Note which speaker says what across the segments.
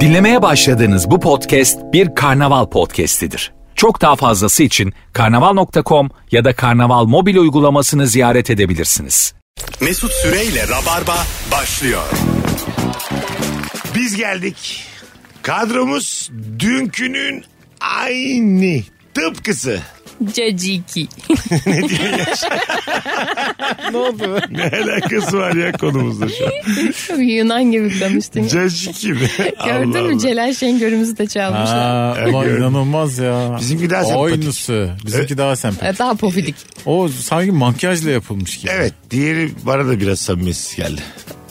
Speaker 1: Dinlemeye başladığınız bu podcast bir karnaval podcastidir. Çok daha fazlası için karnaval.com ya da karnaval mobil uygulamasını ziyaret edebilirsiniz.
Speaker 2: Mesut Süreyle Rabarba başlıyor.
Speaker 3: Biz geldik. Kadromuz dünkünün aynı tıpkısı.
Speaker 4: Caciki.
Speaker 3: Ne alakası var ya konumuzda şu an?
Speaker 4: Yunan gibi konuştun.
Speaker 3: Cacık gibi. Allah
Speaker 4: Gördün
Speaker 3: Allah.
Speaker 4: mü Celal Şengör'ümüzü de çalmışlar.
Speaker 5: Aa, ulan inanılmaz ya.
Speaker 3: Bizimki daha sempatik.
Speaker 5: Aynısı. Bizimki daha sempatik.
Speaker 4: Ee, Daha pofidik.
Speaker 5: O sanki makyajla yapılmış gibi.
Speaker 3: Evet diğeri bana da biraz samimiyetsiz geldi.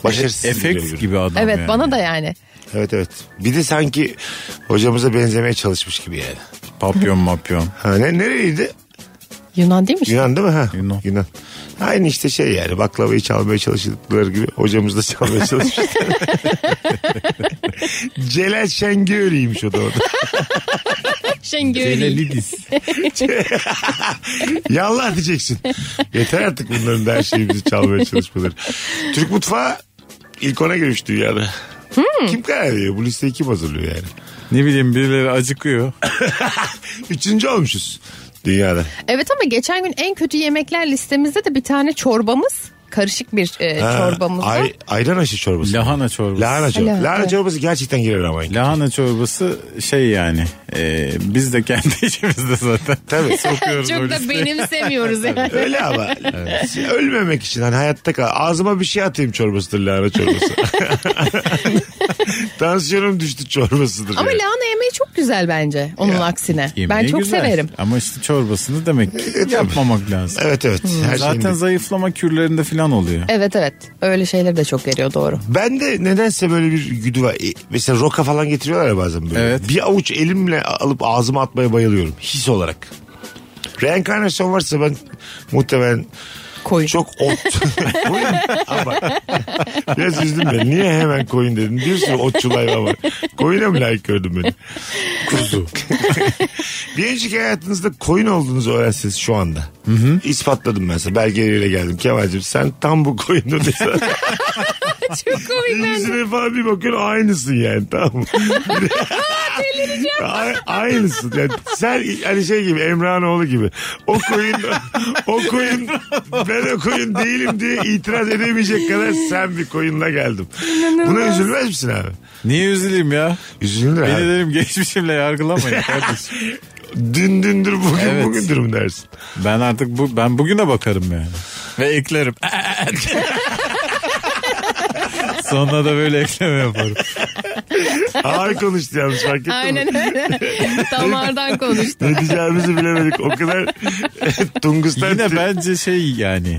Speaker 3: Başarısız
Speaker 5: Efekt
Speaker 3: duruyor.
Speaker 5: gibi adam
Speaker 4: Evet
Speaker 5: yani.
Speaker 4: bana da yani.
Speaker 3: Evet evet. Bir de sanki hocamıza benzemeye çalışmış gibi yani.
Speaker 5: Papyon mapyon.
Speaker 3: Ha, ne, nereydi?
Speaker 4: Yunan değil mi?
Speaker 3: Yunan değil mi? Ha,
Speaker 5: Yunan.
Speaker 3: Aynı işte şey yani baklavayı çalmaya çalıştıkları gibi hocamız da çalmaya çalışmış. Celal Şengör'üymüş o da orada.
Speaker 4: Şengör'i.
Speaker 5: Celalidiz.
Speaker 3: Yallah diyeceksin. Yeter artık bunların da her şeyimizi çalmaya çalışmaları. Türk mutfağı ilk ona girmiş dünyada.
Speaker 4: Hmm.
Speaker 3: Kim karar veriyor? Bu listeyi kim hazırlıyor yani?
Speaker 5: ne bileyim birileri acıkıyor.
Speaker 3: Üçüncü olmuşuz dünyada.
Speaker 4: Evet ama geçen gün en kötü yemekler listemizde de bir tane çorbamız. Karışık bir e,
Speaker 3: Ha,
Speaker 4: çorbamız var.
Speaker 3: ay- ayran aşı çorbası.
Speaker 5: Lahana çorbası.
Speaker 3: Lahana çorbası.
Speaker 4: Lahana,
Speaker 3: Lahana
Speaker 4: evet.
Speaker 3: çorbası gerçekten girer ama.
Speaker 5: Lahana çorbası şey yani e, biz de kendi içimizde zaten
Speaker 3: Tabii.
Speaker 5: sokuyoruz o
Speaker 4: Çok da
Speaker 5: listeye.
Speaker 4: benimsemiyoruz yani.
Speaker 3: Öyle ama ölmemek için hani hayatta kal. Ağzıma bir şey atayım çorbasıdır lahana çorbası. Tansiyonum düştü çorbasıdır.
Speaker 4: Ama
Speaker 3: yani.
Speaker 4: lahana yemeği çok güzel bence onun aksine.
Speaker 5: Yemeği
Speaker 4: ben çok
Speaker 5: güzel.
Speaker 4: severim.
Speaker 5: Ama işte çorbasını demek
Speaker 3: E,
Speaker 5: ki yapmamak lazım.
Speaker 3: Evet evet. Her
Speaker 5: Zaten
Speaker 3: şeyin-
Speaker 5: zayıflama kürlerinde falan oluyor.
Speaker 4: Evet evet öyle şeyler de çok veriyor doğru.
Speaker 3: Ben de nedense böyle bir güdü var. E, Mesela roka falan getiriyorlar ya bazen böyle.
Speaker 5: Evet.
Speaker 3: Bir avuç elimle alıp ağzıma atmaya bayılıyorum. His olarak. Reenkarnasyon varsa ben muhtemelen
Speaker 4: Koyun.
Speaker 3: çok ot. koyun. Ama bak, biraz üzdüm ben. Niye hemen koyun dedim. Bir sürü otçul hayvan var. Koyuna mı layık gördün beni? Kuzu. bir önceki hayatınızda koyun olduğunuzu öğrenseniz şu anda. İspatladım ben size. Belgeleriyle geldim. Kemal'cim sen tam bu koyunun
Speaker 4: çok komik ben.
Speaker 3: Yüzüne falan bir bakıyorsun aynısın yani tamam mı? A- aynısın. Yani sen hani şey gibi Emrahanoğlu gibi. O koyun o koyun ben o koyun değilim diye itiraz edemeyecek kadar sen bir koyunla geldim. Buna üzülmez misin abi?
Speaker 5: Niye üzüleyim ya?
Speaker 3: Üzülür
Speaker 5: Beni
Speaker 3: abi.
Speaker 5: derim geçmişimle yargılamayın kardeşim.
Speaker 3: Dün dündür bugün
Speaker 5: Evet.
Speaker 3: bugündür mü dersin?
Speaker 5: Ben artık bu ben bugüne bakarım yani. Ve eklerim. Sonra da böyle ekleme yaparım.
Speaker 3: Ağır konuştu yalnız fark ettin mi?
Speaker 4: Aynen öyle. Damardan konuştu.
Speaker 3: Ne diyeceğimizi bilemedik. O kadar Tungus'tan
Speaker 5: Yine bence şey yani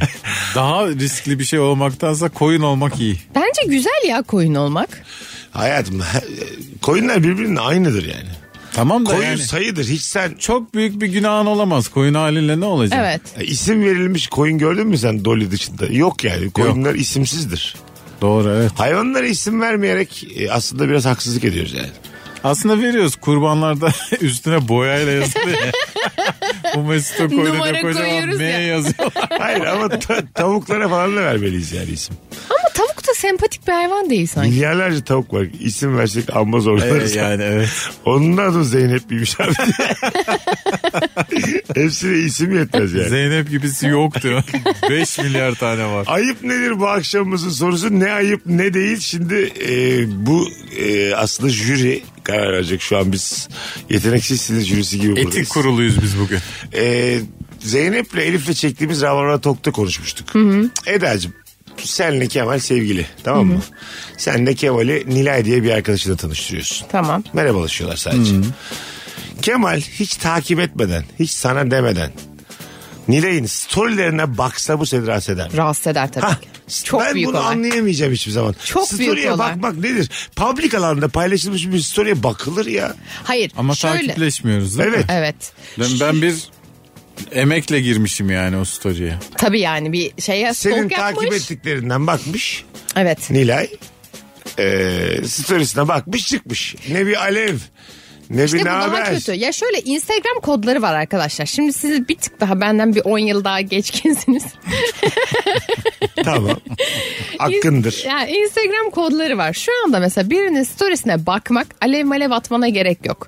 Speaker 5: daha riskli bir şey olmaktansa koyun olmak iyi.
Speaker 4: Bence güzel ya koyun olmak.
Speaker 3: hayatım koyunlar birbirinin aynıdır yani.
Speaker 5: Tamam da
Speaker 3: Koyun
Speaker 5: yani
Speaker 3: sayıdır. Hiç sen
Speaker 5: çok büyük bir günahın olamaz. Koyun haliyle ne olacak?
Speaker 4: Evet.
Speaker 3: Ya İsim verilmiş koyun gördün mü sen Dolly dışında? Yok yani koyunlar isimsizdir.
Speaker 5: Doğru evet.
Speaker 3: Hayvanlara isim vermeyerek e, aslında biraz haksızlık ediyoruz yani.
Speaker 5: Aslında veriyoruz kurbanlarda üstüne boyayla yazılıyor. ya. Bu Mesut'a koyduğuna
Speaker 4: Numara
Speaker 5: kocaman
Speaker 4: koyuyoruz
Speaker 5: M
Speaker 4: ya.
Speaker 5: yazıyorlar.
Speaker 3: Hayır ama ta- tavuklara falan da vermeliyiz yani isim.
Speaker 4: Ama tavuk da sempatik bir hayvan değil sanki.
Speaker 3: Milyarlarca tavuk var. İsim versek amma zorlarız.
Speaker 5: Evet, yani evet.
Speaker 3: Onun adı Zeynep'liymiş abi. Hepsine isim yetmez yani.
Speaker 5: Zeynep gibisi yoktu. 5 milyar tane var.
Speaker 3: Ayıp nedir bu akşamımızın sorusu ne ayıp ne değil şimdi e, bu e, aslında jüri karar verecek şu an biz yeteneksizsiniz jürisi gibi
Speaker 5: Etik
Speaker 3: buradayız.
Speaker 5: kuruluyuz biz bugün.
Speaker 3: Ee, Zeynep'le Elif'le çektiğimiz Ravarva Tok'ta konuşmuştuk. Eda'cığım senle Kemal sevgili tamam mı? Sen de Kemal'i Nilay diye bir arkadaşıyla tanıştırıyorsun.
Speaker 4: Tamam.
Speaker 3: Merhabalaşıyorlar sadece. Kemal hiç takip etmeden, hiç sana demeden Nilay'ın storylerine baksa bu seni rahatsız eder mi?
Speaker 4: Rahatsız eder tabii
Speaker 3: Hah,
Speaker 4: ki. Çok
Speaker 3: ben
Speaker 4: büyük
Speaker 3: bunu
Speaker 4: olay.
Speaker 3: anlayamayacağım hiçbir zaman.
Speaker 4: Çok büyük
Speaker 3: Story'e
Speaker 4: olay.
Speaker 3: bakmak nedir? Public alanda paylaşılmış bir story'e bakılır ya.
Speaker 4: Hayır
Speaker 5: Ama
Speaker 4: şöyle.
Speaker 5: takipleşmiyoruz değil
Speaker 3: Evet.
Speaker 5: mi?
Speaker 4: Evet.
Speaker 5: Ben, ben bir emekle girmişim yani o story'e.
Speaker 4: Tabii yani bir şeye
Speaker 3: Senin
Speaker 4: stalk yapmış.
Speaker 3: takip ettiklerinden bakmış. Ee,
Speaker 4: Evet.
Speaker 3: Nilay e, storiesine bakmış çıkmış. Ne bir alev Ne
Speaker 4: İşte bu
Speaker 3: bir ne
Speaker 4: daha
Speaker 3: haber?
Speaker 4: kötü. Ya şöyle Instagram kodları var arkadaşlar. Şimdi siz bir tık daha benden bir 10 yıl daha geçkinsiniz.
Speaker 3: Tamam. Hakkındır.
Speaker 4: Yani Instagram kodları var. Şu anda mesela birinin storiesine bakmak alev malev atmana gerek yok.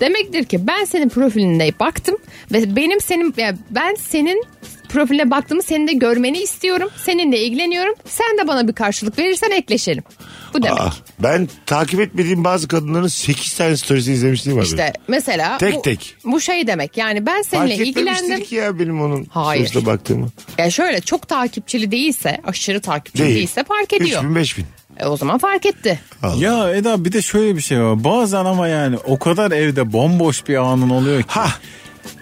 Speaker 4: Demektir ki ben senin profiline baktım ve benim senin ya ben senin profiline baktığımı senin de görmeni istiyorum. Seninle ilgileniyorum. Sen de bana bir karşılık verirsen ekleşelim. Bu demek.
Speaker 3: Aa, ben takip etmediğim bazı kadınların 8 tane storiesi izlemişliğim var.
Speaker 4: işte mesela
Speaker 3: Tek
Speaker 4: bu,
Speaker 3: tek.
Speaker 4: bu şey demek. Yani ben
Speaker 3: benim.
Speaker 4: seninle
Speaker 3: Fark etmemiştir
Speaker 4: ilgilendim.
Speaker 3: ki ya benim onun
Speaker 4: Hayır.
Speaker 3: storiesine baktığımı.
Speaker 4: Ya şöyle çok takipçili değilse, aşırı takipçili
Speaker 3: Değil.
Speaker 4: değilse fark ediyor.
Speaker 3: 3000 5000.
Speaker 4: E, o zaman fark etti.
Speaker 5: Ya Eda bir de şöyle bir şey var. Bazen ama yani o kadar evde bomboş bir anın oluyor ki.
Speaker 3: Hah.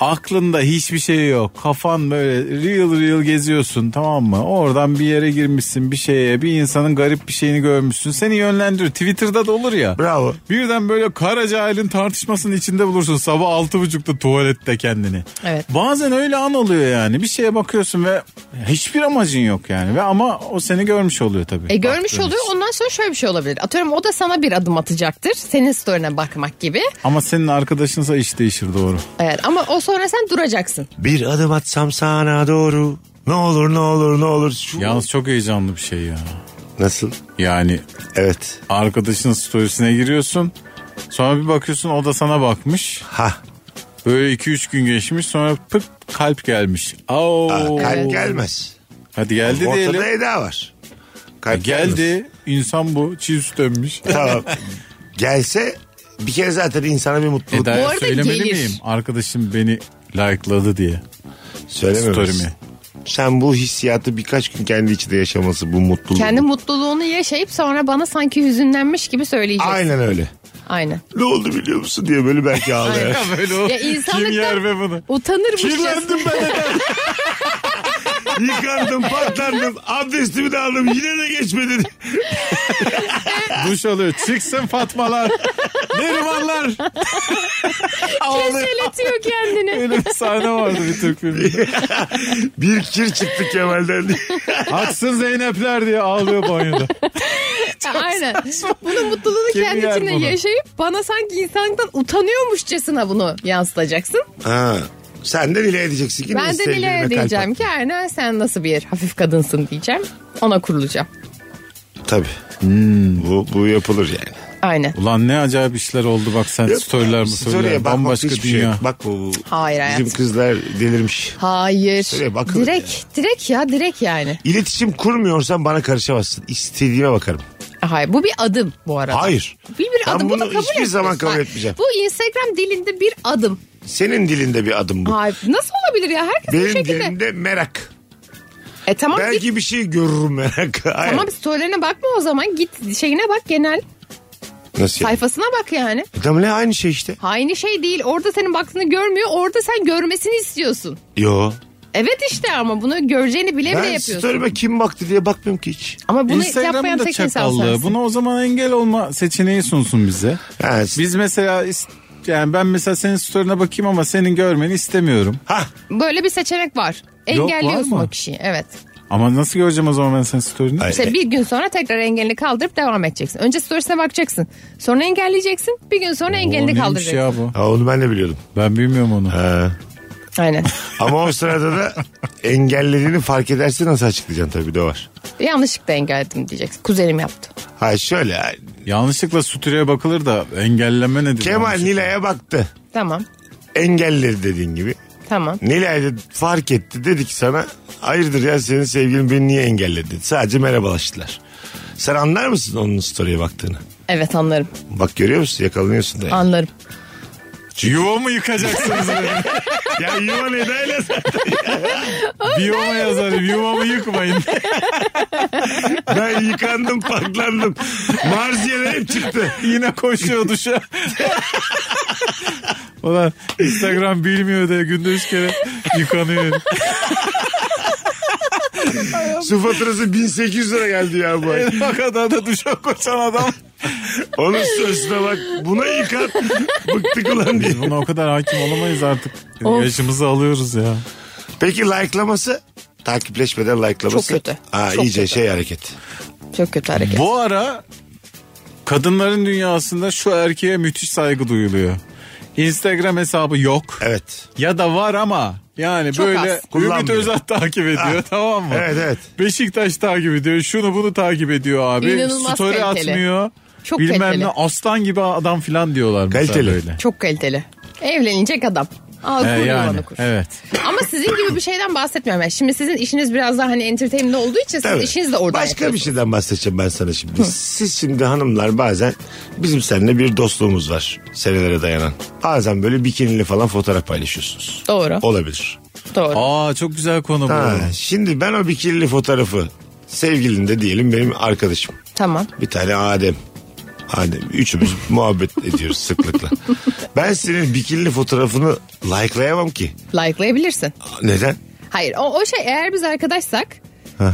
Speaker 5: Aklında hiçbir şey yok. Kafan böyle real real geziyorsun tamam mı? Oradan bir yere girmişsin bir şeye. Bir insanın garip bir şeyini görmüşsün. Seni yönlendiriyor. Twitter'da da olur ya.
Speaker 3: Bravo.
Speaker 5: Birden böyle kara cahilin tartışmasının içinde bulursun. Sabah altı buçukta tuvalette kendini.
Speaker 4: Evet.
Speaker 5: Bazen öyle an oluyor yani. Bir şeye bakıyorsun ve hiçbir amacın yok yani. ve Ama o seni görmüş oluyor tabii.
Speaker 4: E görmüş
Speaker 5: Baktığın
Speaker 4: oluyor.
Speaker 5: için.
Speaker 4: Ondan sonra şöyle bir şey olabilir. Atıyorum o da sana bir adım atacaktır. Senin story'ne bakmak gibi.
Speaker 5: Ama senin arkadaşınsa iş değişir doğru.
Speaker 4: Evet ama o sonra sen duracaksın.
Speaker 3: Bir adım atsam sana doğru. Ne olur ne olur ne olur. Şu...
Speaker 5: Yalnız çok heyecanlı bir şey ya.
Speaker 3: Nasıl?
Speaker 5: Yani
Speaker 3: Evet.
Speaker 5: arkadaşının storiesine giriyorsun. Sonra bir bakıyorsun o da sana bakmış.
Speaker 3: Ha.
Speaker 5: Böyle 2-3 gün geçmiş sonra pık kalp gelmiş. Au.
Speaker 3: Ah, Kalp gelmez.
Speaker 5: Hadi geldi
Speaker 3: Ortada
Speaker 5: diyelim. E,
Speaker 3: Eda var. Kalp gelmez.
Speaker 5: Geldi. İnsan bu. Çiğ süt dönmüş.
Speaker 3: Tamam. Gelse bir kere zaten insana bir mutluluk
Speaker 5: Eda'ya
Speaker 4: Bu arada
Speaker 5: E, söylemeli
Speaker 4: gelir.
Speaker 5: miyim? Arkadaşım beni like'ladı diye.
Speaker 3: söylememesi.
Speaker 5: Story'mi.
Speaker 3: Sen bu hissiyatı birkaç gün kendi içinde yaşaması bu mutluluğu.
Speaker 4: Kendi mutluluğunu yaşayıp sonra bana sanki hüzünlenmiş gibi söyleyeceksin.
Speaker 3: Aynen öyle.
Speaker 4: Aynen.
Speaker 3: Ne oldu biliyor musun diye böyle belki ağlayar.
Speaker 5: böyle o.
Speaker 4: Ya insanlıktan-
Speaker 5: Kim yer be bunu?
Speaker 4: Utanırmışçasına.
Speaker 5: Kirlendim ben
Speaker 3: Yıkandım patlandım abdestimi de aldım yine de geçmedi.
Speaker 5: Duş alıyor. Çıksın Fatmalar. Nerimanlar. Ağlıyor.
Speaker 4: Keşeletiyor kendini.
Speaker 5: Öyle bir sahne vardı bir Türk filminde.
Speaker 3: bir kir çıktı Kemal'den diye.
Speaker 5: Aksın Zeynepler diye ağlıyor banyoda.
Speaker 4: Aynen. Bunun mutluluğunu
Speaker 5: Kim
Speaker 4: kendi
Speaker 5: yer
Speaker 4: içinde
Speaker 5: bunu?
Speaker 4: yaşayıp bana sanki insanlıktan utanıyormuşçasına bunu yansıtacaksın.
Speaker 3: Ha. Sen de dile edeceksin ki.
Speaker 4: ben
Speaker 3: neyse
Speaker 4: de
Speaker 3: sevgilime
Speaker 4: Nilay'a
Speaker 3: kalp
Speaker 4: diyeceğim
Speaker 3: at.
Speaker 4: ki aynen sen nasıl bir hafif kadınsın diyeceğim. Ona kurulacağım.
Speaker 3: Tabii. Bu, bu yapılır yani.
Speaker 4: Aynen.
Speaker 5: Ulan ne acayip işler oldu bak sen storyler mi
Speaker 3: Story'e
Speaker 5: storyler
Speaker 3: bakmak
Speaker 5: bambaşka
Speaker 3: hiçbir şey
Speaker 5: dünya.
Speaker 3: yok. Bak bu
Speaker 4: Hayır hayatım.
Speaker 3: bizim kızlar delirmiş.
Speaker 4: Hayır.
Speaker 3: Şuraya bakılır
Speaker 4: direkt, direkt ya direkt yani.
Speaker 3: İletişim kurmuyorsan bana karışamazsın. İstediğime bakarım.
Speaker 4: Hayır bu bir adım bu arada.
Speaker 3: Hayır.
Speaker 4: Bir, bir
Speaker 3: Ben
Speaker 4: adım
Speaker 3: bunu
Speaker 4: bunu kabul
Speaker 3: hiçbir zaman
Speaker 4: etmiyorsun.
Speaker 3: kabul etmeyeceğim.
Speaker 4: Bu Instagram dilinde bir adım.
Speaker 3: Senin dilinde bir adım bu.
Speaker 4: Hayır nasıl olabilir ya herkes bu
Speaker 3: Benim
Speaker 4: şekilde.
Speaker 3: dilimde merak.
Speaker 4: E tamam git.
Speaker 3: Belki bir şey görürüm merak. Hayır.
Speaker 4: Tamam storylerine bakma o zaman git şeyine bak genel
Speaker 3: Nasıl yani?
Speaker 4: sayfasına bak yani.
Speaker 3: E Tamam ne aynı şey işte.
Speaker 4: Aynı şey değil orada senin baktığını görmüyor orada sen görmesini istiyorsun.
Speaker 3: Yo.
Speaker 4: Evet işte ama bunu göreceğini bile bile
Speaker 3: Ben
Speaker 4: yapıyorsun.
Speaker 3: story'ime kim baktı diye bakmıyorum ki hiç.
Speaker 4: Ama bunu
Speaker 5: Instagram'ın
Speaker 4: yapmayan
Speaker 5: da
Speaker 4: tek insan sensin.
Speaker 5: çakallığı. Buna o zaman engel olma seçeneği sunsun bize.
Speaker 3: Ha,
Speaker 5: Biz mesela is- yani ben mesela senin story'ine bakayım ama senin görmeni istemiyorum.
Speaker 3: ha
Speaker 4: Böyle bir seçenek var.
Speaker 5: Yok, var
Speaker 4: Engelliyorsun
Speaker 5: mı?
Speaker 4: o kişiyi evet.
Speaker 5: Ama nasıl göreceğim o zaman ben senin story'ini?
Speaker 3: Ay.
Speaker 4: İşte bir gün sonra tekrar engelini kaldırıp devam edeceksin. Önce storiesine bakacaksın. Sonra engelleyeceksin. Bir gün sonra
Speaker 5: Oo,
Speaker 4: engelini
Speaker 5: neymiş
Speaker 4: kaldıracaksın.
Speaker 5: ya bu?
Speaker 3: Ha, onu ben de biliyordum.
Speaker 5: Ben bilmiyorum onu.
Speaker 3: Ha.
Speaker 4: Aynen.
Speaker 3: Ama o sırada da engellediğini fark ederse nasıl açıklayacaksın tabii de var.
Speaker 4: Yanlışlıkla engelledim diyeceksin. Kuzenim yaptı.
Speaker 3: Ha şöyle
Speaker 5: Yanlışlıkla sütüreye bakılır da engelleme nedir?
Speaker 3: Kemal
Speaker 5: Yanlışlıkla.
Speaker 3: Nilay'a baktı.
Speaker 4: Tamam.
Speaker 3: Engelledi dediğin gibi.
Speaker 4: Tamam.
Speaker 3: Nilay da fark etti dedi ki sana hayırdır ya senin sevgilin beni niye engelledi dedi. Sadece merhabalaştılar. Sen anlar mısın onun story'e baktığını?
Speaker 4: Evet anlarım.
Speaker 3: Bak görüyor musun yakalanıyorsun da. yani.
Speaker 4: Anlarım.
Speaker 5: Yuva mı yıkacaksınız? beni?
Speaker 3: ya yuva Eda'yla zaten.
Speaker 5: Biyoma yazarım yuvamı yıkmayın.
Speaker 3: Ben yıkandım paklandım. Marziyeler hep çıktı.
Speaker 5: Yine koşuyor duşa. Ulan Instagram bilmiyor diye günde üç kere yıkanıyor.
Speaker 3: Su faturası 1800 lira geldi ya bu ay.
Speaker 5: Ne kadar da duşa koşan adam.
Speaker 3: Onun sözüne bak buna yıkan. Bıktık ulan diye.
Speaker 5: Biz buna o kadar hakim olamayız artık.
Speaker 4: Of.
Speaker 5: Yaşımızı alıyoruz ya.
Speaker 3: Peki likelaması? Takipleşmeden likelaması.
Speaker 4: Çok kötü.
Speaker 3: Ha,
Speaker 4: Çok
Speaker 3: iyice
Speaker 4: kötü.
Speaker 3: şey hareket.
Speaker 4: Çok kötü hareket.
Speaker 5: Bu ara kadınların dünyasında şu erkeğe müthiş saygı duyuluyor. Instagram hesabı yok.
Speaker 3: Evet.
Speaker 5: Ya da var ama yani
Speaker 4: Çok
Speaker 5: böyle
Speaker 4: az.
Speaker 5: Ümit
Speaker 3: Kullanmıyor. Ah.
Speaker 5: Özat takip ediyor tamam mı?
Speaker 3: Evet, evet.
Speaker 5: Beşiktaş takip ediyor. Şunu bunu takip ediyor abi.
Speaker 4: İnanılmaz
Speaker 5: Story
Speaker 4: kaliteli.
Speaker 5: atmıyor.
Speaker 4: Çok
Speaker 5: Bilmem
Speaker 4: kaliteli.
Speaker 5: ne aslan gibi adam filan diyorlar mesela
Speaker 3: Kaliteli.
Speaker 5: böyle.
Speaker 4: Çok kaliteli. Evlenecek adam. Al
Speaker 5: Ee,
Speaker 4: kur
Speaker 5: yani
Speaker 4: yuvanı kur.
Speaker 5: evet.
Speaker 4: Ama sizin gibi bir şeyden bahsetmiyorum. ben. şimdi sizin işiniz biraz daha hani entertainment olduğu için
Speaker 3: Tabii.
Speaker 4: siz işiniz de oradan
Speaker 3: Başka bir
Speaker 4: yapıyorsunuz.
Speaker 3: şeyden bahsedeceğim ben sana şimdi. Siz şimdi hanımlar bazen bizim seninle bir dostluğumuz var. Senelere dayanan. Bazen böyle bikinili falan fotoğraf paylaşıyorsunuz.
Speaker 4: Doğru.
Speaker 3: Olabilir.
Speaker 4: Doğru.
Speaker 5: Aa çok güzel konu bu.
Speaker 3: Ha, şimdi ben o bikinili fotoğrafı sevgilin de diyelim benim arkadaşım.
Speaker 4: Tamam.
Speaker 3: Bir tane Adem. Adem. Üçümüz muhabbet ediyoruz sıklıkla. Ben senin bikinili fotoğrafını likelayamam ki.
Speaker 4: Like'layabilirsin.
Speaker 3: Neden?
Speaker 4: Hayır o, o şey eğer biz arkadaşsak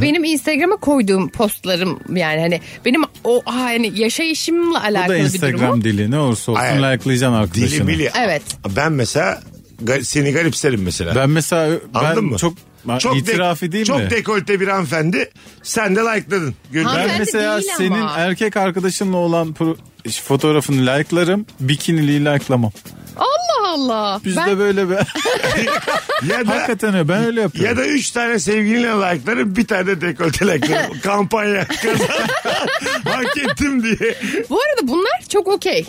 Speaker 4: benim Instagram'a koyduğum postlarım yani hani benim o hani yaşayışımla
Speaker 5: Bu
Speaker 4: alakalı
Speaker 5: da
Speaker 4: bir durum.
Speaker 5: Instagram dili ne olursa olsun
Speaker 3: Hayır.
Speaker 5: likelayacaksın arkadaşını.
Speaker 3: Dili mili.
Speaker 4: Evet.
Speaker 3: Ben mesela ga- seni garipserim mesela.
Speaker 5: Ben mesela ben
Speaker 3: Anladın mı?
Speaker 5: çok,
Speaker 3: de-
Speaker 5: itirafi değil
Speaker 3: çok
Speaker 5: mi?
Speaker 3: dekolte bir hanımefendi. Sen de like'ladın. Gönder.
Speaker 5: Ben
Speaker 4: Hanımefendi
Speaker 5: mesela
Speaker 4: değil ama.
Speaker 5: senin erkek arkadaşınla olan pro- fotoğrafını like'larım, bikiniliği like'lamam.
Speaker 4: Allah Allah.
Speaker 5: Biz
Speaker 4: ben
Speaker 5: de böyle be.
Speaker 3: Ya da
Speaker 5: Hakikaten öyle, ben öyle yapıyorum.
Speaker 3: ya da üç tane sevgilinle like'larım bir tane de dekolte like'larım. Kampanya kazan. Hak ettim diye.
Speaker 4: Bu arada bunlar çok okey.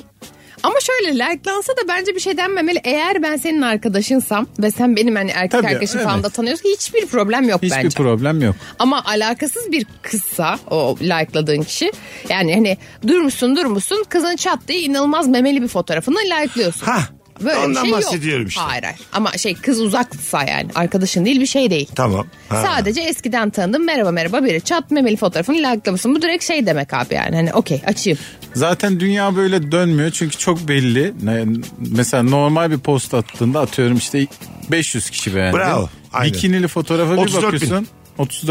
Speaker 4: Ama şöyle like'lansa da bence bir şey denmemeli. Eğer ben senin arkadaşınsam ve sen benim hani erkek
Speaker 5: Tabii,
Speaker 4: arkadaşım
Speaker 5: evet.
Speaker 4: falan da tanıyorsan hiçbir problem yok
Speaker 5: Hiçbir
Speaker 4: bence.
Speaker 5: problem yok.
Speaker 4: Ama alakasız bir kızsa o like'ladığın kişi yani hani durmuşsun durmuşsun kızın çat diye inanılmaz memeli bir fotoğrafını like'lıyorsun.
Speaker 3: Hah,
Speaker 4: Böyle bir
Speaker 3: ondan
Speaker 4: şey yok.
Speaker 3: bahsediyorum işte.
Speaker 4: Hayır hayır. Ama şey kız uzaksa yani arkadaşın değil bir şey değil.
Speaker 3: Tamam. Ha.
Speaker 4: Sadece eskiden tanıdığım merhaba merhaba biri çat memeli fotoğrafını like'lamışsın. Bu direkt şey demek abi yani hani okey açayım.
Speaker 5: Zaten dünya böyle dönmüyor çünkü çok belli. Ne- Mesela normal bir post attığında atıyorum işte 500 kişi beğendi.
Speaker 3: Bravo, aynen.
Speaker 5: Bikinili fotoğrafa bir
Speaker 3: 34 bin.
Speaker 5: bakıyorsun.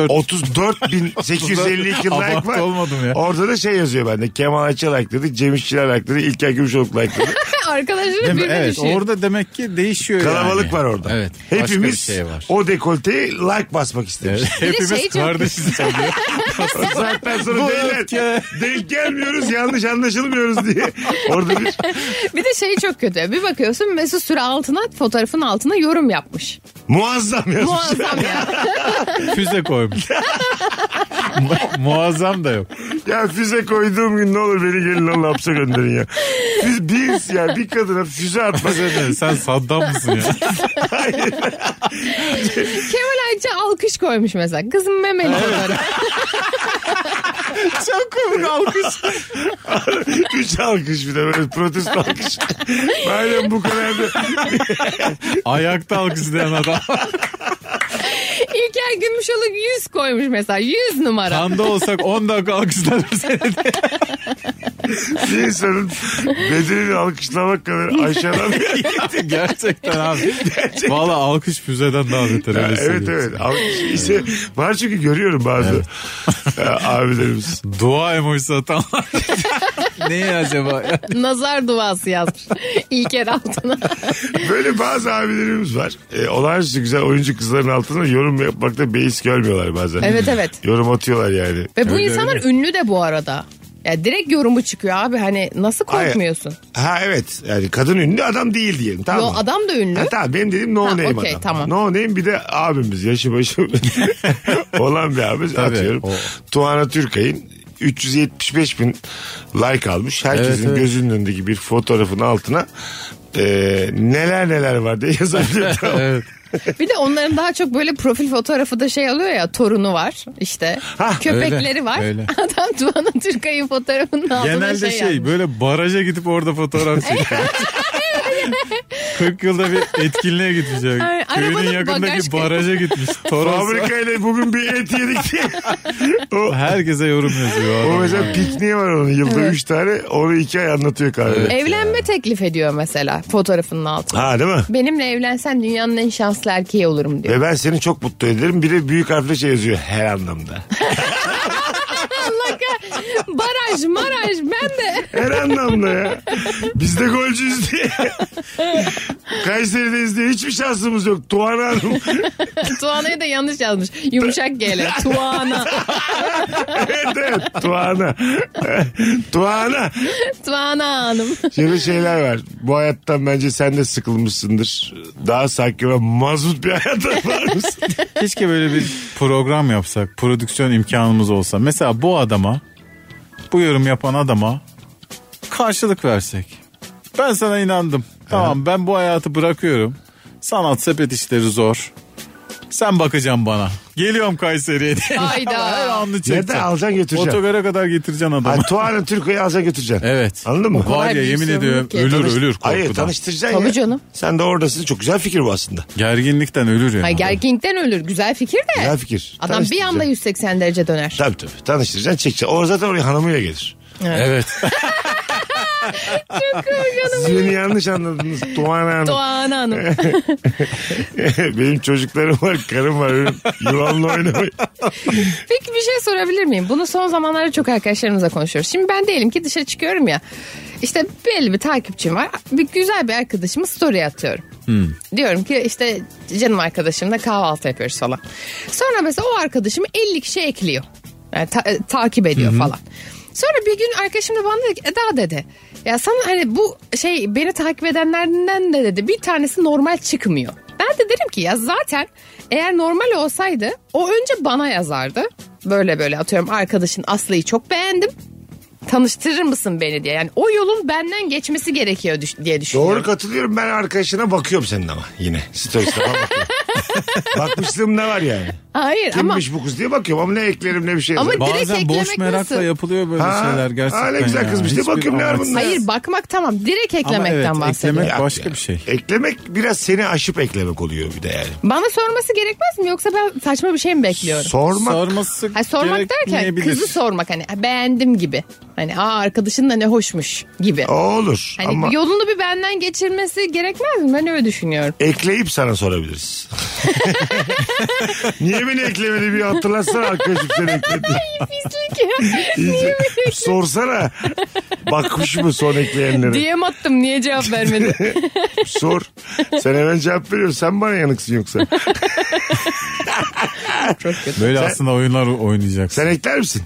Speaker 5: 34
Speaker 3: 34.852 like
Speaker 5: Abartı
Speaker 3: var.
Speaker 5: olmadım ya.
Speaker 3: Orada da şey yazıyor bende. Kemal Ayça like'ladı, Cem İşçiler like'ladı, İlker Gümüşoluk like'ladı.
Speaker 4: Arkadaşını
Speaker 5: Değil mi?
Speaker 4: birbirine
Speaker 5: Evet
Speaker 4: düşüyor.
Speaker 5: orada demek ki değişiyor
Speaker 3: Kalabalık
Speaker 5: yani.
Speaker 3: var orada.
Speaker 5: Evet. başka bir
Speaker 3: Hepimiz
Speaker 5: şey var.
Speaker 3: o dekolteye like basmak istemiş.
Speaker 5: Evet, Hepimiz
Speaker 4: şey çok-
Speaker 5: kardeşiz oluyor.
Speaker 3: Zaten sonra
Speaker 5: Bu
Speaker 3: beyler
Speaker 5: öfke.
Speaker 3: denk gelmiyoruz yanlış anlaşılmıyoruz diye. Orada bir
Speaker 4: Bir de şey çok kötü. Bir bakıyorsun Mesut Süre altına fotoğrafın altına yorum yapmış.
Speaker 3: muazzam yazmış.
Speaker 4: Muazzam ya.
Speaker 5: Füze koymuş. Mu- Muazzam da yok.
Speaker 3: Ya füze koyduğum gün ne olur beni gelin alın hapse gönderin ya. Biz, biz ya bir kadına füze atmak.
Speaker 5: Sen Saddam mısın ya?
Speaker 3: Hayır.
Speaker 4: Kemal Ayça alkış koymuş mesela. Kızın memeli fotoğrafı.
Speaker 5: Çok komik alkış.
Speaker 3: Üç alkış bir de böyle protesto alkış. Madem bu kadar da
Speaker 5: Ayakta alkış diyen adam.
Speaker 4: İlker Gümüşoluk 100 koymuş mesela. 100 numara.
Speaker 5: Kanda olsak 10 dakika alkışlarım seni.
Speaker 3: bir insanın bedenini alkışlamak kadar aşağıdan bir
Speaker 5: Gerçekten abi. Valla alkış füzeden daha beter.
Speaker 3: Ha,
Speaker 5: öyle
Speaker 3: evet
Speaker 5: söyleyeyim.
Speaker 3: evet. Alkış ise var çünkü görüyorum bazı e, abilerimiz.
Speaker 5: Dua emojisi atan. ne acaba? ya?
Speaker 4: Nazar duası yazmış. İlker altına.
Speaker 3: Böyle bazı abilerimiz var. E, olağanüstü güzel oyuncu kızların altına yorum yapmakta beis görmüyorlar bazen.
Speaker 4: Evet, evet.
Speaker 3: Yorum atıyorlar yani.
Speaker 4: Ve bu
Speaker 5: Öyle,
Speaker 4: insanlar
Speaker 5: öyle.
Speaker 4: ünlü de bu arada. Ya direkt yorumu çıkıyor abi hani nasıl
Speaker 3: Hayır.
Speaker 4: korkmuyorsun?
Speaker 3: Ha evet. Yani kadın ünlü adam değil diyelim. Tamam
Speaker 4: Yo,
Speaker 3: mı?
Speaker 4: adam da ünlü.
Speaker 3: Ha, tamam benim dediğim no
Speaker 4: Ha,
Speaker 3: name
Speaker 4: okey,
Speaker 3: adam.
Speaker 4: tamam.
Speaker 3: No name bir de abimiz yaşı başı olan bir abimiz
Speaker 5: Tabii,
Speaker 3: atıyorum.
Speaker 5: o.
Speaker 3: Tuana Türkay'ın 375 bin like almış. Herkesin
Speaker 5: Evet, evet.
Speaker 3: gözünün önündeki bir fotoğrafın altına e, neler neler var diye yazabiliyor. Tamam.
Speaker 5: Evet.
Speaker 4: Bir de onların daha çok böyle profil fotoğrafı da şey alıyor ya torunu var işte köpekleri
Speaker 5: öyle,
Speaker 4: var.
Speaker 5: öyle.
Speaker 4: Adam Tuana Türkay'ın fotoğrafının altına
Speaker 5: Genelde
Speaker 4: şey
Speaker 5: şey,
Speaker 4: yazmış.
Speaker 5: böyle baraja gidip orada fotoğraf çekiyor. 40 yılda bir etkinliğe gidecek.
Speaker 4: Ay, arabanın
Speaker 5: Köyünün
Speaker 4: bagaj
Speaker 5: yakındaki
Speaker 4: kayıyor.
Speaker 5: baraja gitmiş. Toros.
Speaker 3: Fabrikayla bugün bir et yedik diye. o,
Speaker 5: Herkese yorum yazıyor.
Speaker 3: o
Speaker 5: adam
Speaker 3: mesela
Speaker 5: yani.
Speaker 3: pikniği var onun yılda 3
Speaker 4: Evet.
Speaker 3: tane. Onu 2 ay anlatıyor kahvede.
Speaker 5: şey
Speaker 4: Evlenme teklif ediyor mesela fotoğrafının altına.
Speaker 3: Ha değil mi?
Speaker 4: Benimle evlensen dünyanın en şanslı erkeği olurum diyor.
Speaker 3: Ve ben seni çok mutlu ederim. Bir de büyük harfle şey yazıyor her anlamda.
Speaker 4: Baraj maraj ben de.
Speaker 3: Her anlamda ya. Biz de golcüyüz diye. Kayseri'deyiz diye hiçbir şansımız yok. Tuğan Hanım.
Speaker 4: Tuana'yı da yanlış yazmış. Yumuşak gele. Tuana.
Speaker 3: evet evet. Tuğan'a. Tuğan'a.
Speaker 4: Tuana Hanım.
Speaker 3: Şöyle şeyler var. Bu hayattan bence sen de sıkılmışsındır. Daha sakin ve mazut bir hayata var mısın?
Speaker 5: Keşke böyle bir program yapsak. Prodüksiyon imkanımız olsa. Mesela bu adama bu yorum yapan adama karşılık versek. Ben sana inandım. Tamam ben bu hayatı bırakıyorum. Sanat sepet işleri zor. Sen bakacaksın bana. Geliyorum Kayseri'ye diye.
Speaker 4: Hayda.
Speaker 5: Her anını
Speaker 3: ya da
Speaker 5: çekeceksin.
Speaker 3: alacaksın götüreceksin.
Speaker 5: Otogara kadar getireceksin adamı.
Speaker 3: Ha, Tuğan'ı Türko'yu alacaksın götüreceksin.
Speaker 5: Evet.
Speaker 3: Anladın mı?
Speaker 5: Var ya
Speaker 4: bir şey
Speaker 5: yemin
Speaker 4: sorumluluk
Speaker 5: ediyorum
Speaker 4: ya.
Speaker 5: ölür
Speaker 3: Tanış-
Speaker 5: ölür korkudan.
Speaker 3: Hayır tanıştıracaksın
Speaker 4: Tabii
Speaker 3: ya.
Speaker 4: canım.
Speaker 3: Sen de oradasın. Çok güzel fikir bu aslında.
Speaker 5: Gerginlikten ölür yani.
Speaker 4: Ay gerginlikten ölür. Güzel fikir de.
Speaker 3: Güzel fikir.
Speaker 4: Adam bir anda 180 derece döner.
Speaker 3: Tabii tabii. Tanıştıracaksın çekeceksin. O zaten oraya hanımıyla gelir.
Speaker 5: Evet.
Speaker 3: Siz beni yanlış anladınız. Tuğan Hanım.
Speaker 4: Tuana Hanım.
Speaker 3: Benim çocuklarım var, karım var. Benim Yılanla oynamayın.
Speaker 4: Peki bir şey sorabilir miyim? Bunu son zamanlarda çok arkadaşlarımızla konuşuyoruz. Şimdi ben diyelim ki dışarı çıkıyorum ya. İşte belli bir takipçim var. Bir güzel bir arkadaşımı story atıyorum. Diyorum ki işte canım arkadaşımla kahvaltı yapıyoruz falan. Sonra mesela o arkadaşımı 50 kişi ekliyor. Yani ta- e, takip ediyor falan. Sonra bir gün arkadaşım da bana dedi ki Eda dedi. Ya sana hani bu şey beni takip edenlerden de dedi bir tanesi normal çıkmıyor. Ben de derim ki ya zaten eğer normal olsaydı o önce bana yazardı. Böyle böyle atıyorum arkadaşın Aslı'yı çok beğendim. Tanıştırır mısın beni diye. Yani o yolun benden geçmesi gerekiyor düş- diye düşünüyorum.
Speaker 3: Doğru katılıyorum. Ben arkadaşına bakıyorum senin ama yine. Stories'e falan bakıyorum. Bakmışlığım ne var yani?
Speaker 4: Hayır ama
Speaker 3: Kimmiş bu kız diye bakıyorum ama ne eklerim ne bir şey.
Speaker 4: Ama
Speaker 3: yazarım.
Speaker 4: Direkt
Speaker 5: Bazen
Speaker 4: eklemek
Speaker 5: boş
Speaker 4: nasıl?
Speaker 5: merakla yapılıyor böyle
Speaker 3: Ha,
Speaker 5: şeyler gerçekten.
Speaker 3: ha ne güzel
Speaker 5: ya.
Speaker 3: kızmış diye
Speaker 5: Hiçbir
Speaker 3: bakıyorum ne var
Speaker 5: amaç-
Speaker 3: bunda?
Speaker 4: hayır bakmak tamam direkt
Speaker 5: Ama
Speaker 4: eklemekten
Speaker 5: evet,
Speaker 4: bahsediyorum.
Speaker 5: eklemek
Speaker 3: Yap
Speaker 5: başka
Speaker 3: ya.
Speaker 5: bir şey.
Speaker 3: Eklemek biraz seni aşıp eklemek oluyor bir de yani.
Speaker 4: Bana sorması gerekmez mi yoksa ben saçma bir şey mi bekliyorum?
Speaker 3: Sormak.
Speaker 5: Sorması
Speaker 4: Ha, sormak derken
Speaker 5: gerekmeyebilir.
Speaker 4: kızı sormak hani "Ha, beğendim gibi. Hani aa arkadaşın da ne hoşmuş gibi.
Speaker 3: o olur
Speaker 4: Hani
Speaker 3: ama
Speaker 4: yolunu bir benden geçirmesi gerekmez mi? Ben öyle düşünüyorum.
Speaker 3: ekleyip sana sorabiliriz. Niye beni eklemedi bir hatırlatsana arkadaşım seni ekledi.
Speaker 4: Pislik
Speaker 3: İyice Sorsana. Bakmış mı son ekleyenlere?
Speaker 4: DM attım niye cevap vermedi?
Speaker 3: Sor. Sen hemen cevap veriyorsun. Sen bana yanıksın yoksa.
Speaker 5: Böyle aslında oyunlar oynayacaksın.
Speaker 3: Sen ekler misin?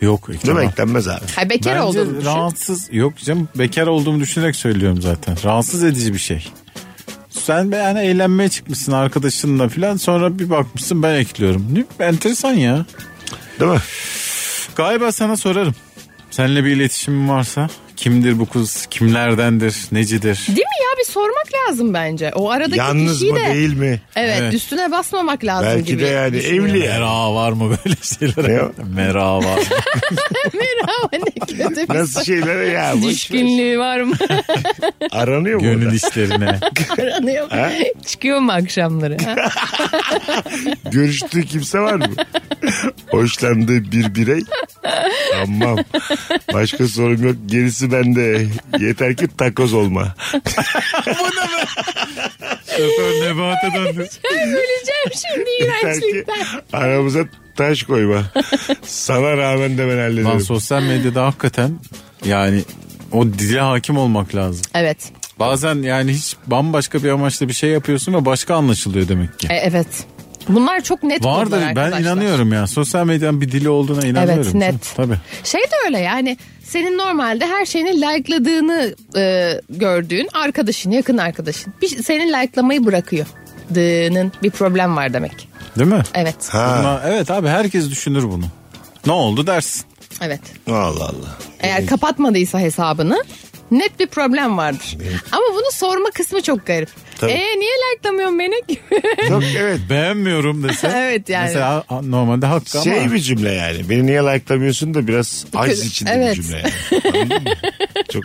Speaker 5: Yok
Speaker 3: Değil mi?
Speaker 5: eklemem.
Speaker 3: Eklenmez abi.
Speaker 4: Ha, bekar
Speaker 5: Bence
Speaker 4: olduğunu düşün.
Speaker 5: rahatsız yok canım bekar olduğumu düşünerek söylüyorum zaten. Rahatsız edici bir şey. Sen be yani eğlenmeye çıkmışsın arkadaşınla falan sonra bir bakmışsın ben ekliyorum. Ne, enteresan ya.
Speaker 3: Değil mi?
Speaker 5: Galiba sana sorarım. Seninle bir iletişimin varsa kimdir bu kız kimlerdendir necidir?
Speaker 4: Değil mi ya bir sormak lazım bence. O aradaki
Speaker 3: Yalnız
Speaker 4: kişiyi
Speaker 3: mı
Speaker 4: de
Speaker 3: değil mi?
Speaker 4: Evet,
Speaker 5: Evet.
Speaker 4: üstüne basmamak lazım
Speaker 3: Belki
Speaker 4: gibi.
Speaker 3: de yani
Speaker 4: düşünüyorum.
Speaker 3: evli yani.
Speaker 5: Mera var mı böyle
Speaker 3: Ne
Speaker 5: şeyler?
Speaker 3: o?
Speaker 5: Mera var.
Speaker 4: Merhaba ne kötü bir
Speaker 3: Nasıl şeylere ya? boş ver.
Speaker 4: Düşkünlüğü var mı?
Speaker 3: Aranıyor mu?
Speaker 5: Gönül
Speaker 3: orada?
Speaker 5: işlerine.
Speaker 4: Aranıyor mu? Çıkıyor mu akşamları? Ha?
Speaker 3: Görüştüğü kimse var mı? Hoşlandığı bir birey. Tamam. Başka sorum yok. Gerisi bende. Yeter ki takoz olma.
Speaker 5: Şoför nebate döndü.
Speaker 4: Öleceğim şimdi
Speaker 3: Yeter ki
Speaker 4: iğrençlikten.
Speaker 3: aramıza taş koyma. Sana rağmen de ben hallederim.
Speaker 5: Lan sosyal medyada hakikaten yani o dile hakim olmak lazım.
Speaker 4: Evet.
Speaker 5: Bazen yani hiç bambaşka bir amaçla bir şey yapıyorsun ve başka anlaşılıyor demek ki.
Speaker 4: E, evet. Bunlar çok net
Speaker 5: Vardır
Speaker 4: konular
Speaker 5: ben
Speaker 4: arkadaşlar.
Speaker 5: inanıyorum ya. Sosyal medyanın bir dili olduğuna inanıyorum.
Speaker 4: Evet, net.
Speaker 5: canım. Tabii.
Speaker 4: Şey de öyle yani senin normalde her şeyini like'ladığını e, gördüğün arkadaşın, yakın arkadaşın bir, senin like'lamayı bırakıyor. Dığının bir problem var demek.
Speaker 5: Değil mi?
Speaker 4: Evet.
Speaker 3: Ha.
Speaker 5: Ama evet abi herkes düşünür bunu. Ne oldu dersin.
Speaker 4: Evet.
Speaker 3: Allah Allah.
Speaker 4: Eğer kapatmadıysa hesabını net bir problem vardır. Ama bunu sorma kısmı çok garip.
Speaker 3: Tabii.
Speaker 4: E niye like'lamıyorsun beni?
Speaker 3: Yok evet.
Speaker 5: Beğenmiyorum dese.
Speaker 4: Evet, yani.
Speaker 5: Mesela a- normalde hakkı ama.
Speaker 3: Şey bir cümle yani. Beni niye like'lamıyorsun da biraz aciz içinde
Speaker 4: Evet.
Speaker 3: bir cümle yani. Anladın mı? Çok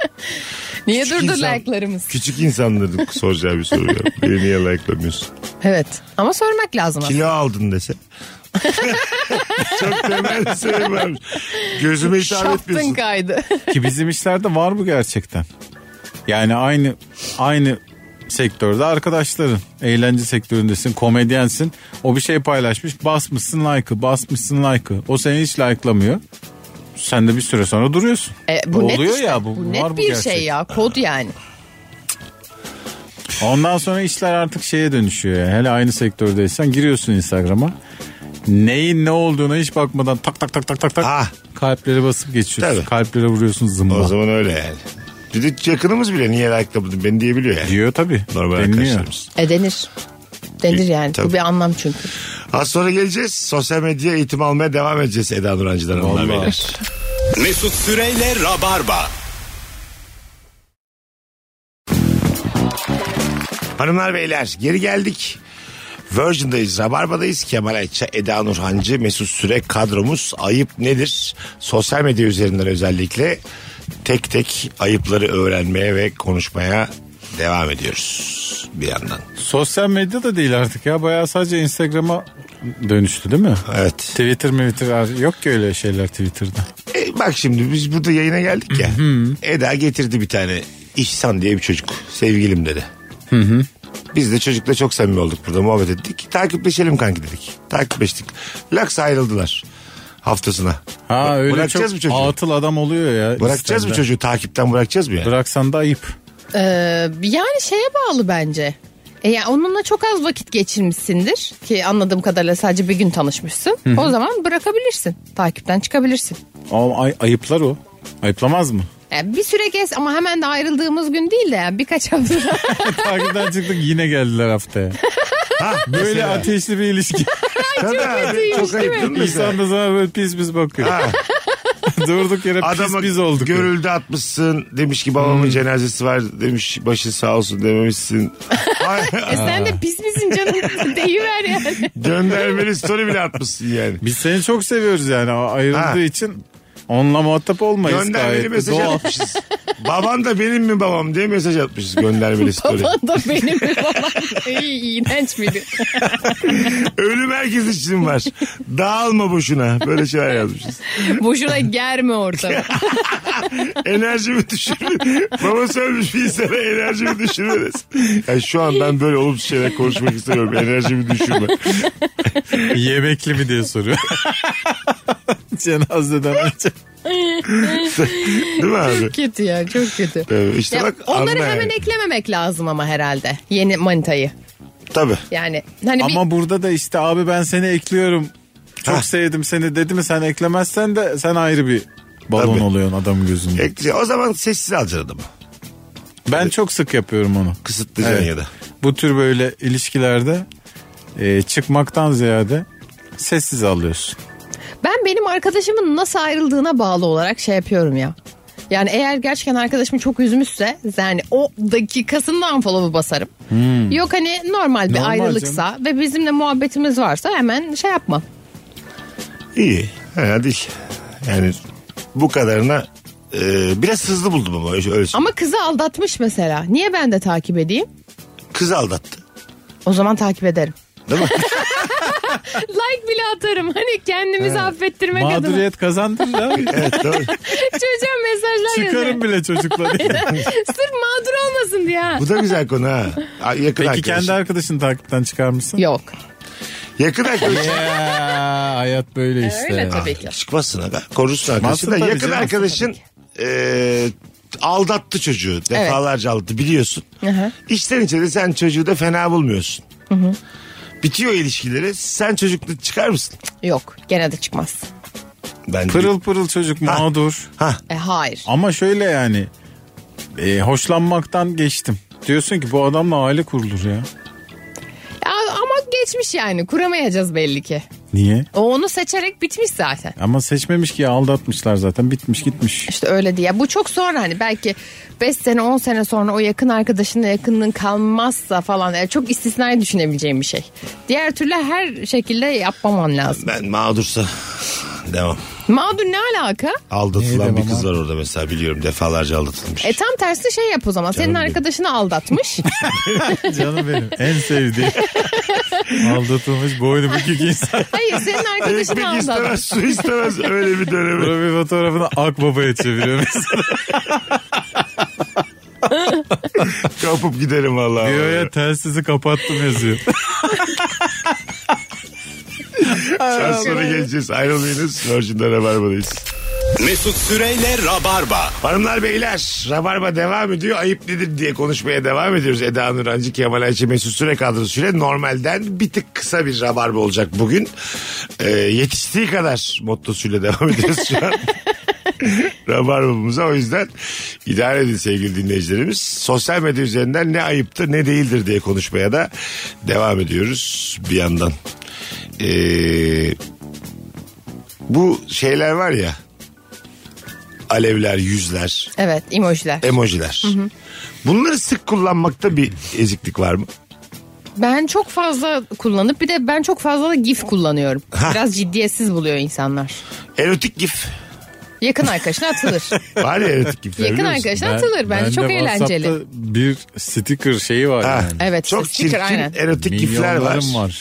Speaker 4: niye
Speaker 3: Küçük
Speaker 4: durdu
Speaker 3: insan.
Speaker 4: like'larımız?
Speaker 3: küçük insanların soracağı bir soru. ya. Beni niye like'lamıyorsun?
Speaker 4: Evet. Ama sormak lazım aslında.
Speaker 3: Kilo aldın dese. Çok temel soru varmış. Gözüme işaret
Speaker 4: Şaftın
Speaker 3: etmiyorsun.
Speaker 4: kaydı.
Speaker 5: Ki bizim işlerde var bu gerçekten. Yani aynı aynı sektörde arkadaşların. Eğlence sektöründesin, komedyensin. O bir şey paylaşmış, basmışsın like'ı, basmışsın like'ı. O seni hiç like'lamıyor. sen de bir süre sonra duruyorsun.
Speaker 4: E, bu net
Speaker 5: Oluyor
Speaker 4: işte.
Speaker 5: ya bu,
Speaker 4: bu net
Speaker 5: var bu
Speaker 4: bir
Speaker 5: gerçek.
Speaker 4: şey ya kod yani.
Speaker 5: Ondan sonra işler artık şeye dönüşüyor yani. Hele aynı sektördeysen giriyorsun Instagram'a. Neyin ne olduğuna hiç bakmadan tak tak tak tak tak tak.
Speaker 3: Ah.
Speaker 5: Kalplere basıp geçiyorsun.
Speaker 3: Tabii.
Speaker 5: Kalplere vuruyorsun zımba.
Speaker 3: O zaman öyle yani. Bir de yakınımız bile niye like'lamadın beni diyebiliyor yani.
Speaker 5: Diyor tabii.
Speaker 3: Normal
Speaker 5: Deniliyor.
Speaker 3: arkadaşlarımız.
Speaker 4: E denir. Denir yani.
Speaker 3: Tabii.
Speaker 4: Bu bir anlam çünkü.
Speaker 3: Az sonra geleceğiz. Sosyal medya eğitim almaya devam edeceğiz Eda Nurancı'dan. Vallahi.
Speaker 5: Vallahi.
Speaker 3: beyler.
Speaker 2: Mesut Süreyle Rabarba.
Speaker 3: Hanımlar beyler geri geldik. Virgin'dayız, Rabarba'dayız. Kemal Ayça, Eda Nurhancı, Mesut Süre kadromuz. Ayıp nedir? Sosyal medya üzerinden özellikle tek tek ayıpları öğrenmeye ve konuşmaya devam ediyoruz bir yandan.
Speaker 5: Sosyal medya da değil artık ya. Bayağı sadece Instagram'a dönüştü değil mi?
Speaker 3: Evet.
Speaker 5: Twitter mi Twitter yok ki öyle şeyler Twitter'da.
Speaker 3: E, bak şimdi biz burada yayına geldik ya. Eda getirdi bir tane İhsan diye bir çocuk. Sevgilim dedi. Biz de çocukla çok samimi olduk burada muhabbet ettik. Takipleşelim kanki dedik. Takipleştik. Laks ayrıldılar haftasına.
Speaker 5: Ha
Speaker 3: Bı-
Speaker 5: öyle
Speaker 3: bırakacağız
Speaker 5: çok
Speaker 3: mı çocuğu?
Speaker 5: atıl adam oluyor ya.
Speaker 3: Bırakacağız mı
Speaker 5: Instagram'da.
Speaker 3: çocuğu takipten bırakacağız mı yani?
Speaker 5: Bıraksan da ayıp.
Speaker 4: Ee, yani şeye bağlı bence. E yani onunla çok az vakit geçirmişsindir ki anladığım kadarıyla sadece bir gün tanışmışsın. O zaman bırakabilirsin. Takipten çıkabilirsin.
Speaker 5: Ama ay- ayıplar o. Ayıplamaz mı?
Speaker 4: Yani bir süre gez ama hemen de ayrıldığımız gün değil de yani birkaç hafta.
Speaker 5: Takipten çıktık yine geldiler haftaya. böyle ateşli bir ilişki.
Speaker 3: Tabii abi, çok ayıp değil mi mesela?
Speaker 5: İnsan da zaman böyle pis pis bakıyor.
Speaker 3: Ha.
Speaker 5: Durduk yere
Speaker 3: Adama
Speaker 5: pis pis olduk. Hmm.
Speaker 3: görüldü atmışsın demiş ki babamın cenazesi var demiş başı sağ olsun dememişsin. Ay,
Speaker 4: E sen de pis misin canım deyiver yani.
Speaker 3: Göndermeli story bile atmışsın yani.
Speaker 5: Biz seni çok seviyoruz yani a- ayrıldığı
Speaker 3: Ha.
Speaker 5: için. Onunla muhatap olmayız
Speaker 3: Göndermeli
Speaker 5: gayet de
Speaker 3: mesaj
Speaker 5: doğal.
Speaker 3: atmışız. Baban da benim mi babam diye mesaj atmışız göndermeli story.
Speaker 4: Baban da benim babam. İyi, iğrenç miydi?
Speaker 3: Ölüm herkes için var. Dağılma boşuna. Böyle şeyler yazmışız.
Speaker 4: Boşuna germe ortamı.
Speaker 3: Enerjimi düşürür. Babası ölmüş bir insana enerjimi düşürme desin. Yani şu an ben böyle olumsuz şeyler konuşmak istemiyorum. Enerjimi düşürme.
Speaker 5: Yemekli mi diye soruyor. Cenazeden önce.
Speaker 3: Değil mi abi?
Speaker 4: kötü ya çok kötü.
Speaker 3: Ee, işte
Speaker 4: Ya
Speaker 3: bak
Speaker 4: onları
Speaker 3: anla
Speaker 4: hemen
Speaker 3: yani.
Speaker 4: eklememek lazım ama herhalde. Yeni manitayı.
Speaker 3: Tabii.
Speaker 4: Yani hani bir
Speaker 5: Ama burada da işte abi ben seni ekliyorum. Çok
Speaker 3: Ha.
Speaker 5: sevdim seni dedi mi sen eklemezsen de sen ayrı bir balon
Speaker 3: Tabii.
Speaker 5: oluyorsun adamın gözünde.
Speaker 3: Ekleyecek. O zaman sessiz alacaksın adamı.
Speaker 5: ben çok sık yapıyorum onu.
Speaker 3: Kısıtlayacaksın
Speaker 5: Evet.
Speaker 3: ya da.
Speaker 5: Bu tür böyle ilişkilerde e, çıkmaktan ziyade sessiz alıyorsun.
Speaker 4: ben benim arkadaşımın nasıl ayrıldığına bağlı olarak şey yapıyorum ya. Yani eğer gerçekten arkadaşım çok üzmüşse yani o dakikasından follow'u basarım. Yok hani normal bir
Speaker 5: Normal
Speaker 4: ayrılıksa ve bizimle muhabbetimiz varsa hemen şey yapma.
Speaker 3: İyi. Fena değil. Yani bu kadarına e, biraz hızlı buldum ama öyle, öyle
Speaker 4: Ama kızı aldatmış mesela. Niye ben de takip edeyim?
Speaker 3: Kız aldattı.
Speaker 4: O zaman takip ederim.
Speaker 3: Değil mi?
Speaker 4: Like bile atarım. Hani kendimizi affettirmek adına.
Speaker 5: Mağduriyet kazandırır abi.
Speaker 3: evet doğru.
Speaker 4: Çocuğa mesajlar yazarım.
Speaker 5: Çıkarım bile çocukları.
Speaker 4: Sırf mağdur olmasın diye. ha.
Speaker 3: Bu da güzel konu ha. A- Yakın
Speaker 5: Peki
Speaker 3: arkadaşın.
Speaker 5: kendi arkadaşını takipten çıkarmışsın.
Speaker 4: Yok.
Speaker 3: Yakın arkadaşın.
Speaker 5: Ya, hayat böyle işte.
Speaker 4: Öyle tabii ki.
Speaker 3: Çıkmazsın aga. Korursun arkadaşını da.
Speaker 5: tabii
Speaker 3: Yakın
Speaker 5: canım.
Speaker 3: arkadaşın e, aldattı çocuğu. Defalarca aldattı biliyorsun.
Speaker 4: hı.
Speaker 3: İçten içe de sen çocuğu da fena bulmuyorsun. Bitiyor ilişkileri. Sen çocukla çıkar mısın?
Speaker 4: Yok. Gene de çıkmaz.
Speaker 3: Ben
Speaker 5: Pırıl pırıl çocuk mağdur.
Speaker 3: Ha.
Speaker 4: E, hayır.
Speaker 5: Ama şöyle yani e, hoşlanmaktan geçtim. Diyorsun ki bu adamla aile kurulur ya.
Speaker 4: Ya, ama geçmiş yani. Kuramayacağız belli ki.
Speaker 5: Niye?
Speaker 4: O onu seçerek bitmiş zaten.
Speaker 5: Ama seçmemiş ki aldatmışlar zaten bitmiş gitmiş.
Speaker 4: İşte öyle diye. Bu çok sonra hani belki 5 sene 10 sene sonra o yakın arkadaşınla yakınlığın kalmazsa falan yani çok istisnai düşünebileceğim bir şey. Diğer türlü her şekilde yapmaman lazım.
Speaker 3: Ben mağdursa devam.
Speaker 4: Mağdur ne alaka?
Speaker 5: Neye
Speaker 3: Aldatılan bir
Speaker 5: devam
Speaker 3: kız
Speaker 5: abi?
Speaker 3: var orada mesela biliyorum defalarca aldatılmış.
Speaker 4: E tam tersi şey yap o zaman. Senin
Speaker 3: benim.
Speaker 4: arkadaşını aldatmış.
Speaker 5: Canım benim en sevdiğim aldatılmış boynu bükük insan.
Speaker 4: Hayır senin
Speaker 3: Ekmek
Speaker 4: arkadaşını
Speaker 3: istemez,
Speaker 4: aldatmış.
Speaker 3: su istemez öyle bir dönemi.
Speaker 5: Sonra bir fotoğrafını akbabaya çeviriyor mesela.
Speaker 3: Kapıp giderim vallahi.
Speaker 5: Diyor ya telsizi kapattım yazıyor.
Speaker 3: Az sonra geleceğiz. Ayrılmayınız. Virgin'de Rabarba'dayız.
Speaker 2: Mesut Süreyle Rabarba.
Speaker 3: Hanımlar beyler Rabarba devam ediyor. Ayıp nedir diye konuşmaya devam ediyoruz. Eda Nurancı, Kemal Ayçi, Mesut Süre kadrosuyla normalden bir tık kısa bir Rabarba olacak bugün. Ee, yetiştiği kadar mottosuyla devam ediyoruz şu an. Rabarbamıza o yüzden idare edin sevgili dinleyicilerimiz. Sosyal medya üzerinden ne ayıptır ne değildir diye konuşmaya da devam ediyoruz bir yandan. Ee, bu şeyler var ya alevler, yüzler,
Speaker 4: Evet emojiler.
Speaker 3: emojiler. Bunları sık kullanmakta bir eziklik var mı?
Speaker 4: Ben çok fazla kullanıp bir de ben çok fazla da gif kullanıyorum. Biraz ciddiyetsiz buluyor insanlar.
Speaker 3: Erotik gif.
Speaker 4: Yakın arkadaşına atılır.
Speaker 3: Var ya erotik gifler
Speaker 4: Yakın
Speaker 3: biliyor musun?
Speaker 4: arkadaşına atılır. Bence çok
Speaker 5: de
Speaker 4: eğlenceli.
Speaker 5: WhatsApp'ta bir sticker şeyi var
Speaker 3: Ha.
Speaker 5: yani.
Speaker 4: Evet
Speaker 3: Çok
Speaker 4: sticker,
Speaker 3: çirkin E-
Speaker 4: aynen.
Speaker 3: erotik gifler var.
Speaker 5: Milyonlarım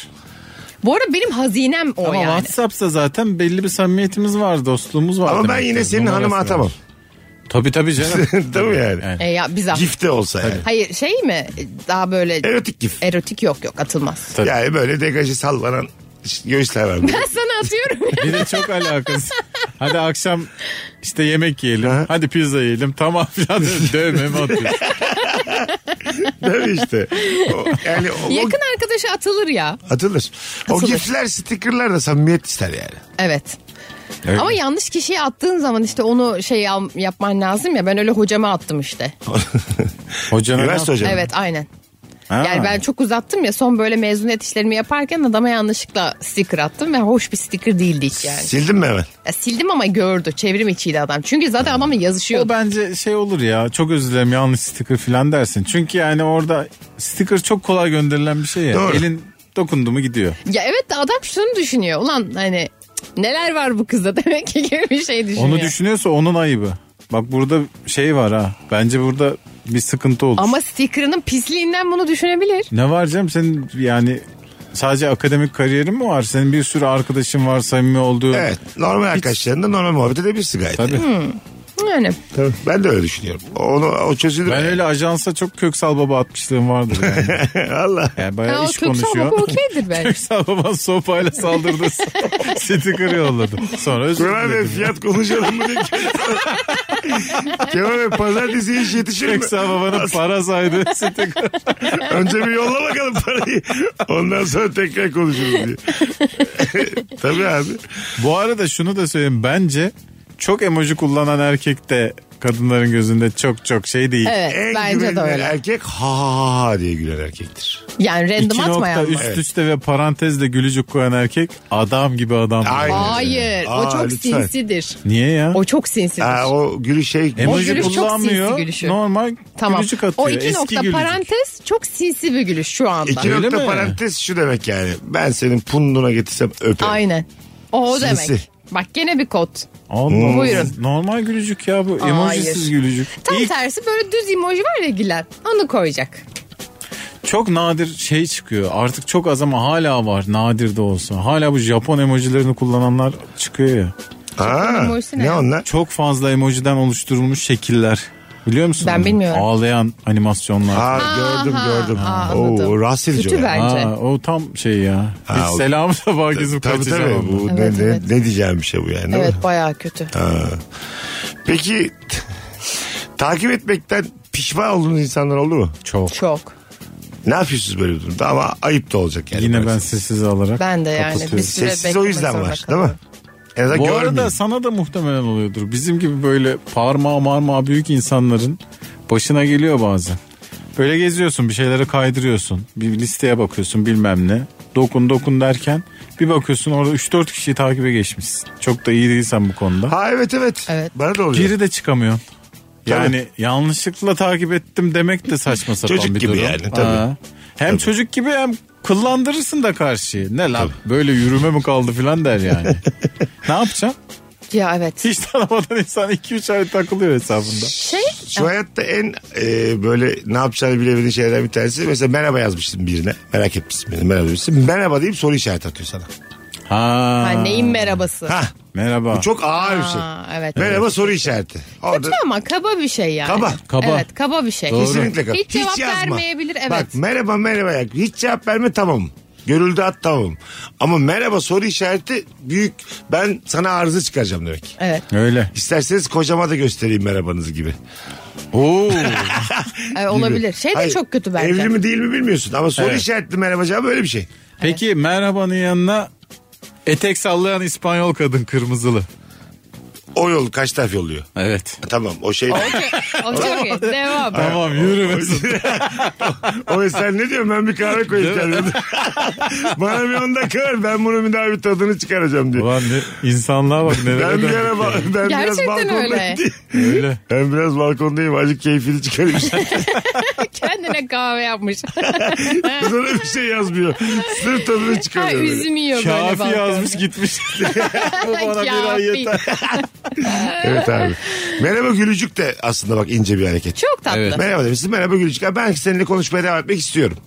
Speaker 4: Bu arada benim hazinem o
Speaker 5: Ama
Speaker 4: yani.
Speaker 5: WhatsApp'sa zaten belli bir samimiyetimiz var, dostluğumuz var.
Speaker 3: Ama ben
Speaker 5: demektir.
Speaker 3: yine senin
Speaker 5: Numarası
Speaker 3: hanıma
Speaker 5: var.
Speaker 3: atamam.
Speaker 5: Tabii tabii canım.
Speaker 3: Değil mi yani?
Speaker 5: Yani.
Speaker 4: E ya biz at-
Speaker 3: Gif de olsa yani.
Speaker 4: Hayır şey mi daha böyle
Speaker 3: Erotik gif.
Speaker 4: erotik yok yok atılmaz.
Speaker 5: Tabii.
Speaker 3: Yani böyle degajı sallanan işte göğüsler var.
Speaker 4: Ben sana atıyorum.
Speaker 5: Bir de çok alakası. Hadi akşam işte yemek yiyelim. Hadi pizza yiyelim. Tamam filan dedi. dövmemi atıyorsun.
Speaker 3: Değil mi işte? O, yani o, o
Speaker 4: Yakın arkadaşa atılır ya.
Speaker 3: atılır. O
Speaker 4: Atılır.
Speaker 3: gifler, stickerlar da samimiyet ister yani.
Speaker 4: Evet. Ama yanlış kişiye attığın zaman işte onu şey al- yapman lazım ya ben öyle hocama attım işte.
Speaker 5: Hocana
Speaker 3: Üniversite hocam.
Speaker 4: Evet aynen. Yani ben çok uzattım ya son böyle mezuniyet işlerimi yaparken adama yanlışlıkla sticker attım ve hoş bir sticker değildi hiç yani.
Speaker 3: Sildin mi hemen?
Speaker 4: Ya sildim ama gördü çevrim içiydi adam. Çünkü zaten adamla
Speaker 5: O
Speaker 4: yazışıyordu.
Speaker 5: bence şey olur ya çok özür dilerim yanlış sticker filan dersin. Çünkü yani orada sticker çok kolay gönderilen bir şey ya.
Speaker 3: Doğru.
Speaker 5: Elin dokundu mu gidiyor.
Speaker 4: Ya evet de adam şunu düşünüyor. Ulan hani cık, neler var bu kızda demek ki gibi bir şey düşünüyor.
Speaker 5: Onu düşünüyorsa onun ayıbı. Bak burada şey var ha. Bence burada bir sıkıntı olur.
Speaker 4: Ama sticker'ının pisliğinden bunu düşünebilir.
Speaker 5: Ne var canım senin yani sadece akademik kariyerin mi var? Senin bir sürü arkadaşın var samimi olduğu.
Speaker 3: Evet. Normal arkadaşlarında normal muhabbet edebilirsin gayet.
Speaker 5: Tabii.
Speaker 4: Yani
Speaker 3: Tabii. Ben de öyle düşünüyorum. Onu, o çözülür.
Speaker 5: Ben öyle ajansa çok köksal baba atmışlığım vardır yani.
Speaker 3: Allah.
Speaker 5: yani
Speaker 4: ha,
Speaker 5: bayağı
Speaker 4: o
Speaker 5: iş
Speaker 4: köksal
Speaker 5: konuşuyor.
Speaker 4: baba okeydir bence.
Speaker 5: Köksal baba sopayla saldırdı. Sticker yolladı. Sonra özür
Speaker 3: Kemal Bey
Speaker 5: diledim.
Speaker 3: fiyat konuşalım mı diye. Kemal Bey pazartesi iş yetişir mi?
Speaker 5: Köksal babanın para saydı. Sticker.
Speaker 3: Önce bir yolla bakalım parayı. Ondan sonra tekrar konuşuruz diye. Tabii abi.
Speaker 5: Bu arada şunu da söyleyeyim. Bence çok emoji kullanan erkek de kadınların gözünde çok çok şey değil.
Speaker 4: Evet
Speaker 3: en
Speaker 4: bence de
Speaker 3: güvenilir
Speaker 4: öyle.
Speaker 3: erkek ha ha ha diye gülen erkektir.
Speaker 4: Yani random
Speaker 5: İki
Speaker 4: atmayan
Speaker 5: nokta
Speaker 4: mı?
Speaker 5: üst üste ve parantezle gülücük koyan erkek adam gibi adam.
Speaker 3: Aynen.
Speaker 4: Hayır
Speaker 3: Aa,
Speaker 4: o çok
Speaker 3: lütfen.
Speaker 4: sinsidir.
Speaker 5: Niye ya?
Speaker 4: O çok sinsidir.
Speaker 3: Ha, o gülüş şey.
Speaker 4: O
Speaker 5: Emoji
Speaker 4: gülüş çok
Speaker 5: kullanmıyor.
Speaker 4: sinsi gülüşü.
Speaker 5: Normal
Speaker 4: tamam.
Speaker 5: gülücük atıyor.
Speaker 4: O iki
Speaker 5: Eski
Speaker 4: nokta
Speaker 5: gülücük.
Speaker 4: parantez çok sinsi bir gülüş şu anda.
Speaker 3: İki
Speaker 5: Öyle
Speaker 3: nokta
Speaker 5: mi?
Speaker 3: parantez şu demek yani. Ben senin punduna getirsem öperim.
Speaker 4: Aynen. O, o
Speaker 3: Sinsi.
Speaker 4: demek. Bak gene bir kod.
Speaker 5: Allah
Speaker 4: Hmm.
Speaker 5: Allah.
Speaker 4: Buyurun.
Speaker 5: Normal gülücük ya bu.
Speaker 4: Hayır.
Speaker 5: Emojisiz gülücük.
Speaker 4: Tam
Speaker 5: İlk
Speaker 4: tersi böyle düz emoji var ya Gülen. Onu koyacak.
Speaker 5: çok nadir şey çıkıyor. Artık çok az ama hala var. Nadir de olsa. Hala bu Japon emojilerini kullananlar çıkıyor ya.
Speaker 3: Ha,
Speaker 4: emojisi ne
Speaker 3: ne
Speaker 4: ya?
Speaker 3: onlar?
Speaker 5: Çok fazla emojiden oluşturulmuş şekiller. Biliyor musun?
Speaker 4: Ben
Speaker 5: onu?
Speaker 4: bilmiyorum.
Speaker 5: Ağlayan animasyonlar.
Speaker 3: Ha, gördüm
Speaker 4: ha,
Speaker 3: gördüm.
Speaker 4: ha, anladım.
Speaker 3: Oo, rahatsız edici.
Speaker 4: Kötü
Speaker 3: o ya.
Speaker 4: bence.
Speaker 5: Aa, o tam şey ya.
Speaker 3: Ha,
Speaker 5: Hiç
Speaker 3: o-
Speaker 5: selam da bak gezip
Speaker 3: Tabii
Speaker 5: kaçacağım.
Speaker 3: tabii. Bu
Speaker 4: Evet,
Speaker 3: ne, ne,
Speaker 4: evet.
Speaker 3: ne diyeceğim bir şey bu yani. değil
Speaker 4: Evet
Speaker 3: mi?
Speaker 4: bayağı kötü.
Speaker 3: Peki takip etmekten pişman olduğunuz insanlar oldu mu?
Speaker 5: Çok.
Speaker 4: Çok.
Speaker 3: Ne yapıyorsunuz böyle bir durumda ama ayıp da ololacak yani.
Speaker 5: Yine
Speaker 3: Böyle.
Speaker 5: ben sessiz alarak.
Speaker 4: Ben de yani.
Speaker 5: kapatıyorum.
Speaker 4: Bir süre
Speaker 3: Sessiz
Speaker 4: beklemek
Speaker 3: o yüzden
Speaker 4: zorunda
Speaker 3: var değil
Speaker 4: kalıyorum.
Speaker 3: mi? En azından
Speaker 5: Bu
Speaker 3: görmeyeyim.
Speaker 5: arada sana da muhtemelen oluyordur. Bizim gibi böyle parmağı marmağı büyük insanların başına geliyor bazen. Böyle geziyorsun bir şeylere kaydırıyorsun. Bir listeye bakıyorsun bilmem ne. Dokun dokun derken bir bakıyorsun orada 3-4 kişiyi takibe geçmişsin. Çok da iyi değilsen bu konuda.
Speaker 3: Ha evet evet.
Speaker 4: Evet.
Speaker 3: Bana da oluyor.
Speaker 5: Biri de çıkamıyor.
Speaker 3: Tabii.
Speaker 5: Yani yanlışlıkla takip ettim demek de saçma sapan
Speaker 3: Çocuk
Speaker 5: bir
Speaker 3: gibi
Speaker 5: durum.
Speaker 3: yani, tabii.
Speaker 5: Ha. Hem çocuk gibi hem kullandırırsın da karşıyı. Ne lan böyle yürüme mi kaldı filan der yani. ne yapacağım?
Speaker 4: Ya evet.
Speaker 5: Hiç tanımadan insan 2-3 ay takılıyor hesabında.
Speaker 4: Şey
Speaker 3: Şu hayatta en e, böyle ne yapacağını bilemediğin şeylerden bir tanesi. Mesela merhaba yazmışsın birine. Merak etmişsin beni. Merhaba demişsin. Merhaba deyip soru işareti atıyor sana.
Speaker 5: Ha.
Speaker 4: ha, neyin merhabası?
Speaker 3: Hah.
Speaker 5: Merhaba.
Speaker 3: Çok ağır bir şey.
Speaker 4: Ha, evet.
Speaker 3: Merhaba soru işareti. Orada
Speaker 4: Kötü ama kaba bir şey yani.
Speaker 3: Kaba.
Speaker 5: Kaba.
Speaker 4: Evet kaba bir şey.
Speaker 5: Doğru.
Speaker 3: kesinlikle kap-
Speaker 4: Hiç cevap
Speaker 3: yazma.
Speaker 4: vermeyebilir, evet.
Speaker 3: Bak merhaba merhaba. Hiç cevap verme tamam. Görüldü at tamam. Ama merhaba soru işareti büyük. Ben sana arıza çıkaracağım demek.
Speaker 4: Evet.
Speaker 5: Öyle.
Speaker 3: İsterseniz kocama da göstereyim merhabanızı gibi.
Speaker 5: Oo.
Speaker 4: Ay, olabilir. Şey E de
Speaker 3: Hayır,
Speaker 4: çok kötü bence.
Speaker 3: Evli mi değil mi bilmiyorsun ama soru
Speaker 5: Evet.
Speaker 3: işaretli merhaba cevabı öyle bir şey.
Speaker 5: Peki merhabanın yanına etek sallayan İspanyol kadın kırmızılı.
Speaker 3: O yol kaç taraf yolluyor?
Speaker 5: Evet.
Speaker 3: Tamam o şey.
Speaker 4: Okey. O çok iyi. Devam.
Speaker 5: Tamam yürü Mesut.
Speaker 3: o sen ne diyorsun ben bir kahve koyayım
Speaker 5: Değil
Speaker 3: kendime. Bana bir on dakika ver ben bunun bir daha bir tadını çıkaracağım diyor.
Speaker 5: Ulan ne, insanlığa bak neler
Speaker 3: Ben bir ara
Speaker 5: döndük
Speaker 3: ba- ben biraz
Speaker 4: Gerçekten
Speaker 3: balkondayım.
Speaker 4: öyle.
Speaker 5: Öyle.
Speaker 3: Ben biraz balkondayım azıcık keyfini çıkarayım.
Speaker 4: Kendine kahve yapmış.
Speaker 3: Sana bir şey yazmıyor. Sırf tadını
Speaker 4: ha,
Speaker 3: çıkarıyor. böyle. şey
Speaker 4: üzüm yiyor böyle
Speaker 5: Kafi
Speaker 4: balkonda.
Speaker 5: yazmış gitmiş. Bu bana bir ay
Speaker 4: Kafi.
Speaker 5: yeter.
Speaker 3: Evet abi. Merhaba gülücük de aslında bak ince bir hareket.
Speaker 4: Çok tatlı.
Speaker 5: Evet.
Speaker 3: Merhaba demişsin merhaba gülücük. Ha, Ben seninle konuşmaya devam etmek istiyorum.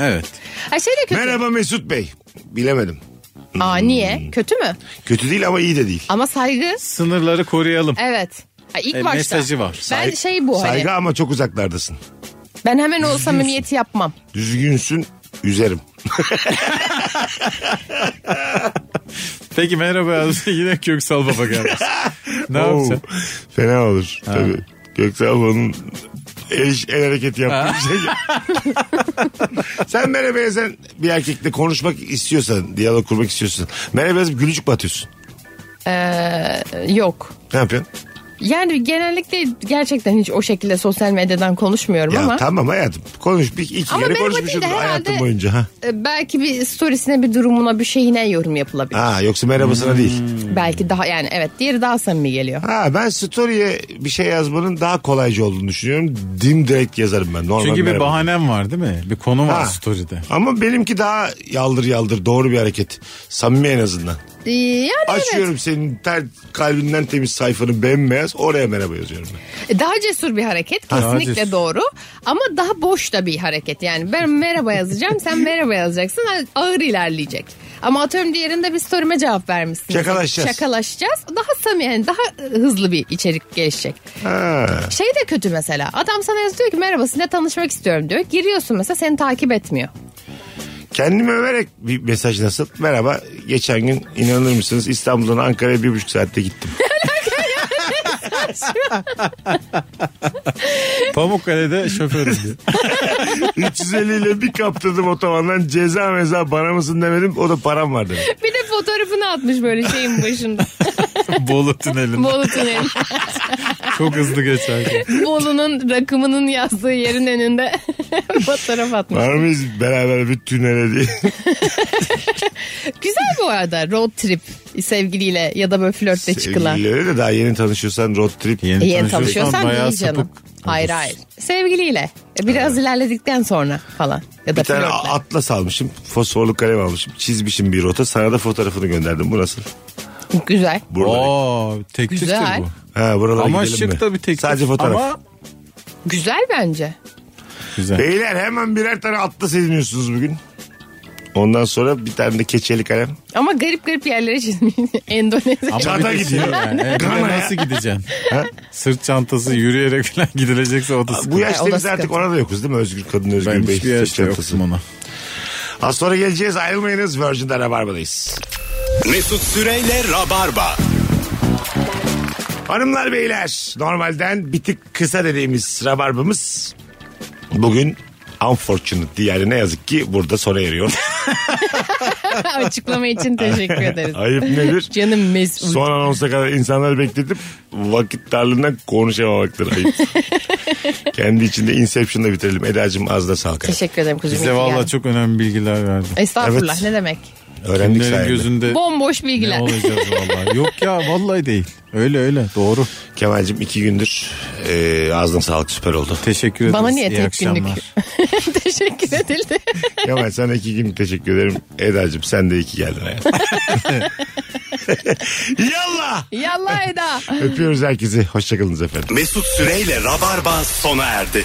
Speaker 5: Evet.
Speaker 4: Ha, şey de kötü.
Speaker 3: Merhaba Mesut Bey. Bilemedim.
Speaker 4: Aa niye? Kötü mü?
Speaker 3: Kötü değil ama iyi de değil.
Speaker 4: Ama saygı.
Speaker 5: Sınırları koruyalım.
Speaker 4: Evet. Ha, ilk
Speaker 5: E,
Speaker 4: başta.
Speaker 5: mesajı var.
Speaker 4: Ben
Speaker 3: Saygı-
Speaker 4: şey bu hani.
Speaker 3: Saygı ama çok uzaklardasın.
Speaker 4: Ben hemen o samimiyeti yapmam.
Speaker 3: Düzgünsün üzerim.
Speaker 5: Peki merhaba yazmış. Yine Köksal Baba gelmiş. ne yapacaksın?
Speaker 3: Oo, Fena olur. Tabii. Göksel Baba'nın el, el hareketi yaptığı bir şey. Sen merhaba yazan bir erkekle konuşmak istiyorsan, diyalog kurmak istiyorsan. Merhaba yazıp gülücük mü atıyorsun?
Speaker 4: Ee, Yok.
Speaker 3: Ne yapıyorsun?
Speaker 4: Yani genellikle gerçekten hiç o şekilde sosyal medyadan konuşmuyorum
Speaker 3: Ya
Speaker 4: ama.
Speaker 3: tamam hayatım. Konuş. Bir, iki
Speaker 4: Ama
Speaker 3: kere
Speaker 4: merhaba
Speaker 3: konuşmuşum
Speaker 4: değil de
Speaker 3: hayatım
Speaker 4: herhalde-
Speaker 3: boyunca. Ha.
Speaker 4: Ee, Belki bir storiesine bir durumuna bir şeyine yorum yapılabilir.
Speaker 3: ha yoksa merhabasına değil.
Speaker 5: Hmm.
Speaker 4: Belki daha yani evet diğeri daha samimi geliyor.
Speaker 3: Ha ben story'e bir şey yazmanın daha kolayca olduğunu düşünüyorum. Dimdirekt yazarım ben. Normal
Speaker 5: Çünkü bir
Speaker 3: merhaba.
Speaker 5: bahanem var değil mi? Bir konu var
Speaker 3: Ha.
Speaker 5: story'de.
Speaker 3: Ama benimki daha yaldır yaldır doğru bir hareket. Samimi en azından.
Speaker 4: Ee, Yani evet.
Speaker 3: Açıyorum senin ter, kalbinden temiz sayfanı bembeyaz oraya merhaba yazıyorum ben.
Speaker 4: E, Daha cesur bir hareket
Speaker 5: Daha
Speaker 4: kesinlikle
Speaker 5: cesur.
Speaker 4: doğru ama daha boş da bir hareket yani ben merhaba yazacağım sen merhaba yazacaksın ağır ilerleyecek. Ama atıyorum diğerinde bir storyme cevap vermişsin.
Speaker 3: Şakalaşacağız.
Speaker 4: Şakalaşacağız. Daha samimi yani daha e, hızlı bir içerik gelişecek.
Speaker 3: Ha.
Speaker 4: Şey de kötü mesela adam sana yazıyor ki merhaba sizinle tanışmak istiyorum diyor. Giriyorsun mesela seni takip etmiyor.
Speaker 3: Kendimi överek bir mesaj nasıl? Merhaba geçen gün inanır mısınız İstanbul'dan Ankara'ya bir buçuk saatte gittim.
Speaker 5: Pamukkale'de şoförüm diyor.
Speaker 3: 350 ile bir kaptırdım otobandan ceza meza bana mısın demedim o da param var dedi.
Speaker 4: Bir de fotoğrafını atmış böyle şeyin başında.
Speaker 5: Bolu tünelinde.
Speaker 4: Bolu tüneli.
Speaker 5: Çok hızlı geçerken.
Speaker 4: Bolu'nun rakımının yazdığı yerin önünde fotoğraf atmış.
Speaker 3: Var mıyız beraber bir tünele diye.
Speaker 4: Güzel bu arada road trip sevgiliyle ya da böyle flörtle çıkılan.
Speaker 3: Sevgilileri de daha yeni tanışıyorsan road trip.
Speaker 5: Yeni,
Speaker 4: Yeni tanışıyorsan
Speaker 5: bayağı
Speaker 4: değil canım.
Speaker 5: sapık.
Speaker 4: Hayır hayır. Sevgiliyle. E, Biraz ilerledikten sonra falan. Ya da
Speaker 3: Bir tane
Speaker 4: flörtle.
Speaker 3: atlas almışım. Fosforlu kalem almışım. Çizmişim bir rota. Sana da fotoğrafını gönderdim. Bu nasıl?
Speaker 4: Güzel.
Speaker 3: Burada.
Speaker 5: Aa, tekliftir
Speaker 4: Güzel.
Speaker 5: bu.
Speaker 3: Ha, buralara
Speaker 5: Ama
Speaker 3: gidelim mi?
Speaker 5: şık da bir teklif.
Speaker 3: Sadece fotoğraf.
Speaker 5: Ama
Speaker 4: Güzel bence.
Speaker 5: güzel.
Speaker 3: Beyler hemen birer tane atlas ediniyorsunuz bugün. Ondan sonra bir tane de keçeli kalem.
Speaker 4: Ama garip garip yerlere çizmiş. Endonezya.
Speaker 5: Ama
Speaker 3: Çanta
Speaker 5: bir de
Speaker 3: gidiyor.
Speaker 5: şey yani, e, bir de
Speaker 3: Gana ya.
Speaker 5: nasıl gideceksin? Sırt çantası yürüyerek falan gidilecekse o da
Speaker 3: Bu
Speaker 5: sıkıntı.
Speaker 3: yaşta
Speaker 4: o da
Speaker 3: biz artık
Speaker 4: sıkıntı.
Speaker 3: orada yokuz değil mi? Özgür kadın, özgür
Speaker 5: Ben
Speaker 3: bey.
Speaker 5: hiçbir yaşta
Speaker 3: çantası.
Speaker 5: yoktum ona.
Speaker 3: Az sonra geleceğiz ayrılmayınız. Virgin'de Rabarba'dayız.
Speaker 2: Mesut Süreyle Rabarba.
Speaker 3: Hanımlar beyler normalden bir tık kısa dediğimiz Rabarba'mız bugün unfortunate yani ne yazık ki burada sona eriyor.
Speaker 4: Açıklama için teşekkür ederiz.
Speaker 3: Ayıp nedir?
Speaker 4: Canım Mesut.
Speaker 3: Son anonsa kadar insanları bekletip vakit darlığından konuşamamaktır ayıp. Kendi içinde Inception'da bitirelim. Eda'cığım az da sağlık.
Speaker 4: Teşekkür ederim kuzucuğum.
Speaker 5: Bize
Speaker 4: İyi ki
Speaker 5: valla
Speaker 4: geldin.
Speaker 5: çok önemli bilgiler verdi.
Speaker 4: Estağfurullah
Speaker 3: Evet.
Speaker 4: ne demek.
Speaker 3: Öğrendik
Speaker 5: Kimlerin
Speaker 3: sayende.
Speaker 5: gözünde
Speaker 4: Bomboş
Speaker 5: ne
Speaker 4: bilgiler.
Speaker 5: olacağız valla. Yok ya vallahi değil. Öyle öyle doğru.
Speaker 3: Kemal'cim iki gündür e, ağzına sağlık süper oldu.
Speaker 5: Teşekkür ederiz.
Speaker 4: Bana niye
Speaker 5: İyi
Speaker 4: tek günlük?
Speaker 5: akşamlar.
Speaker 4: teşekkür edildi.
Speaker 3: Kemal sana iki gün teşekkür ederim. Eda'cığım sen de iki geldin hayatım. Yallah.
Speaker 4: Yallah Eda.
Speaker 3: Öpüyoruz herkesi. Hoşçakalınız efendim.
Speaker 2: Mesut Süreyle Rabarba sona erdi.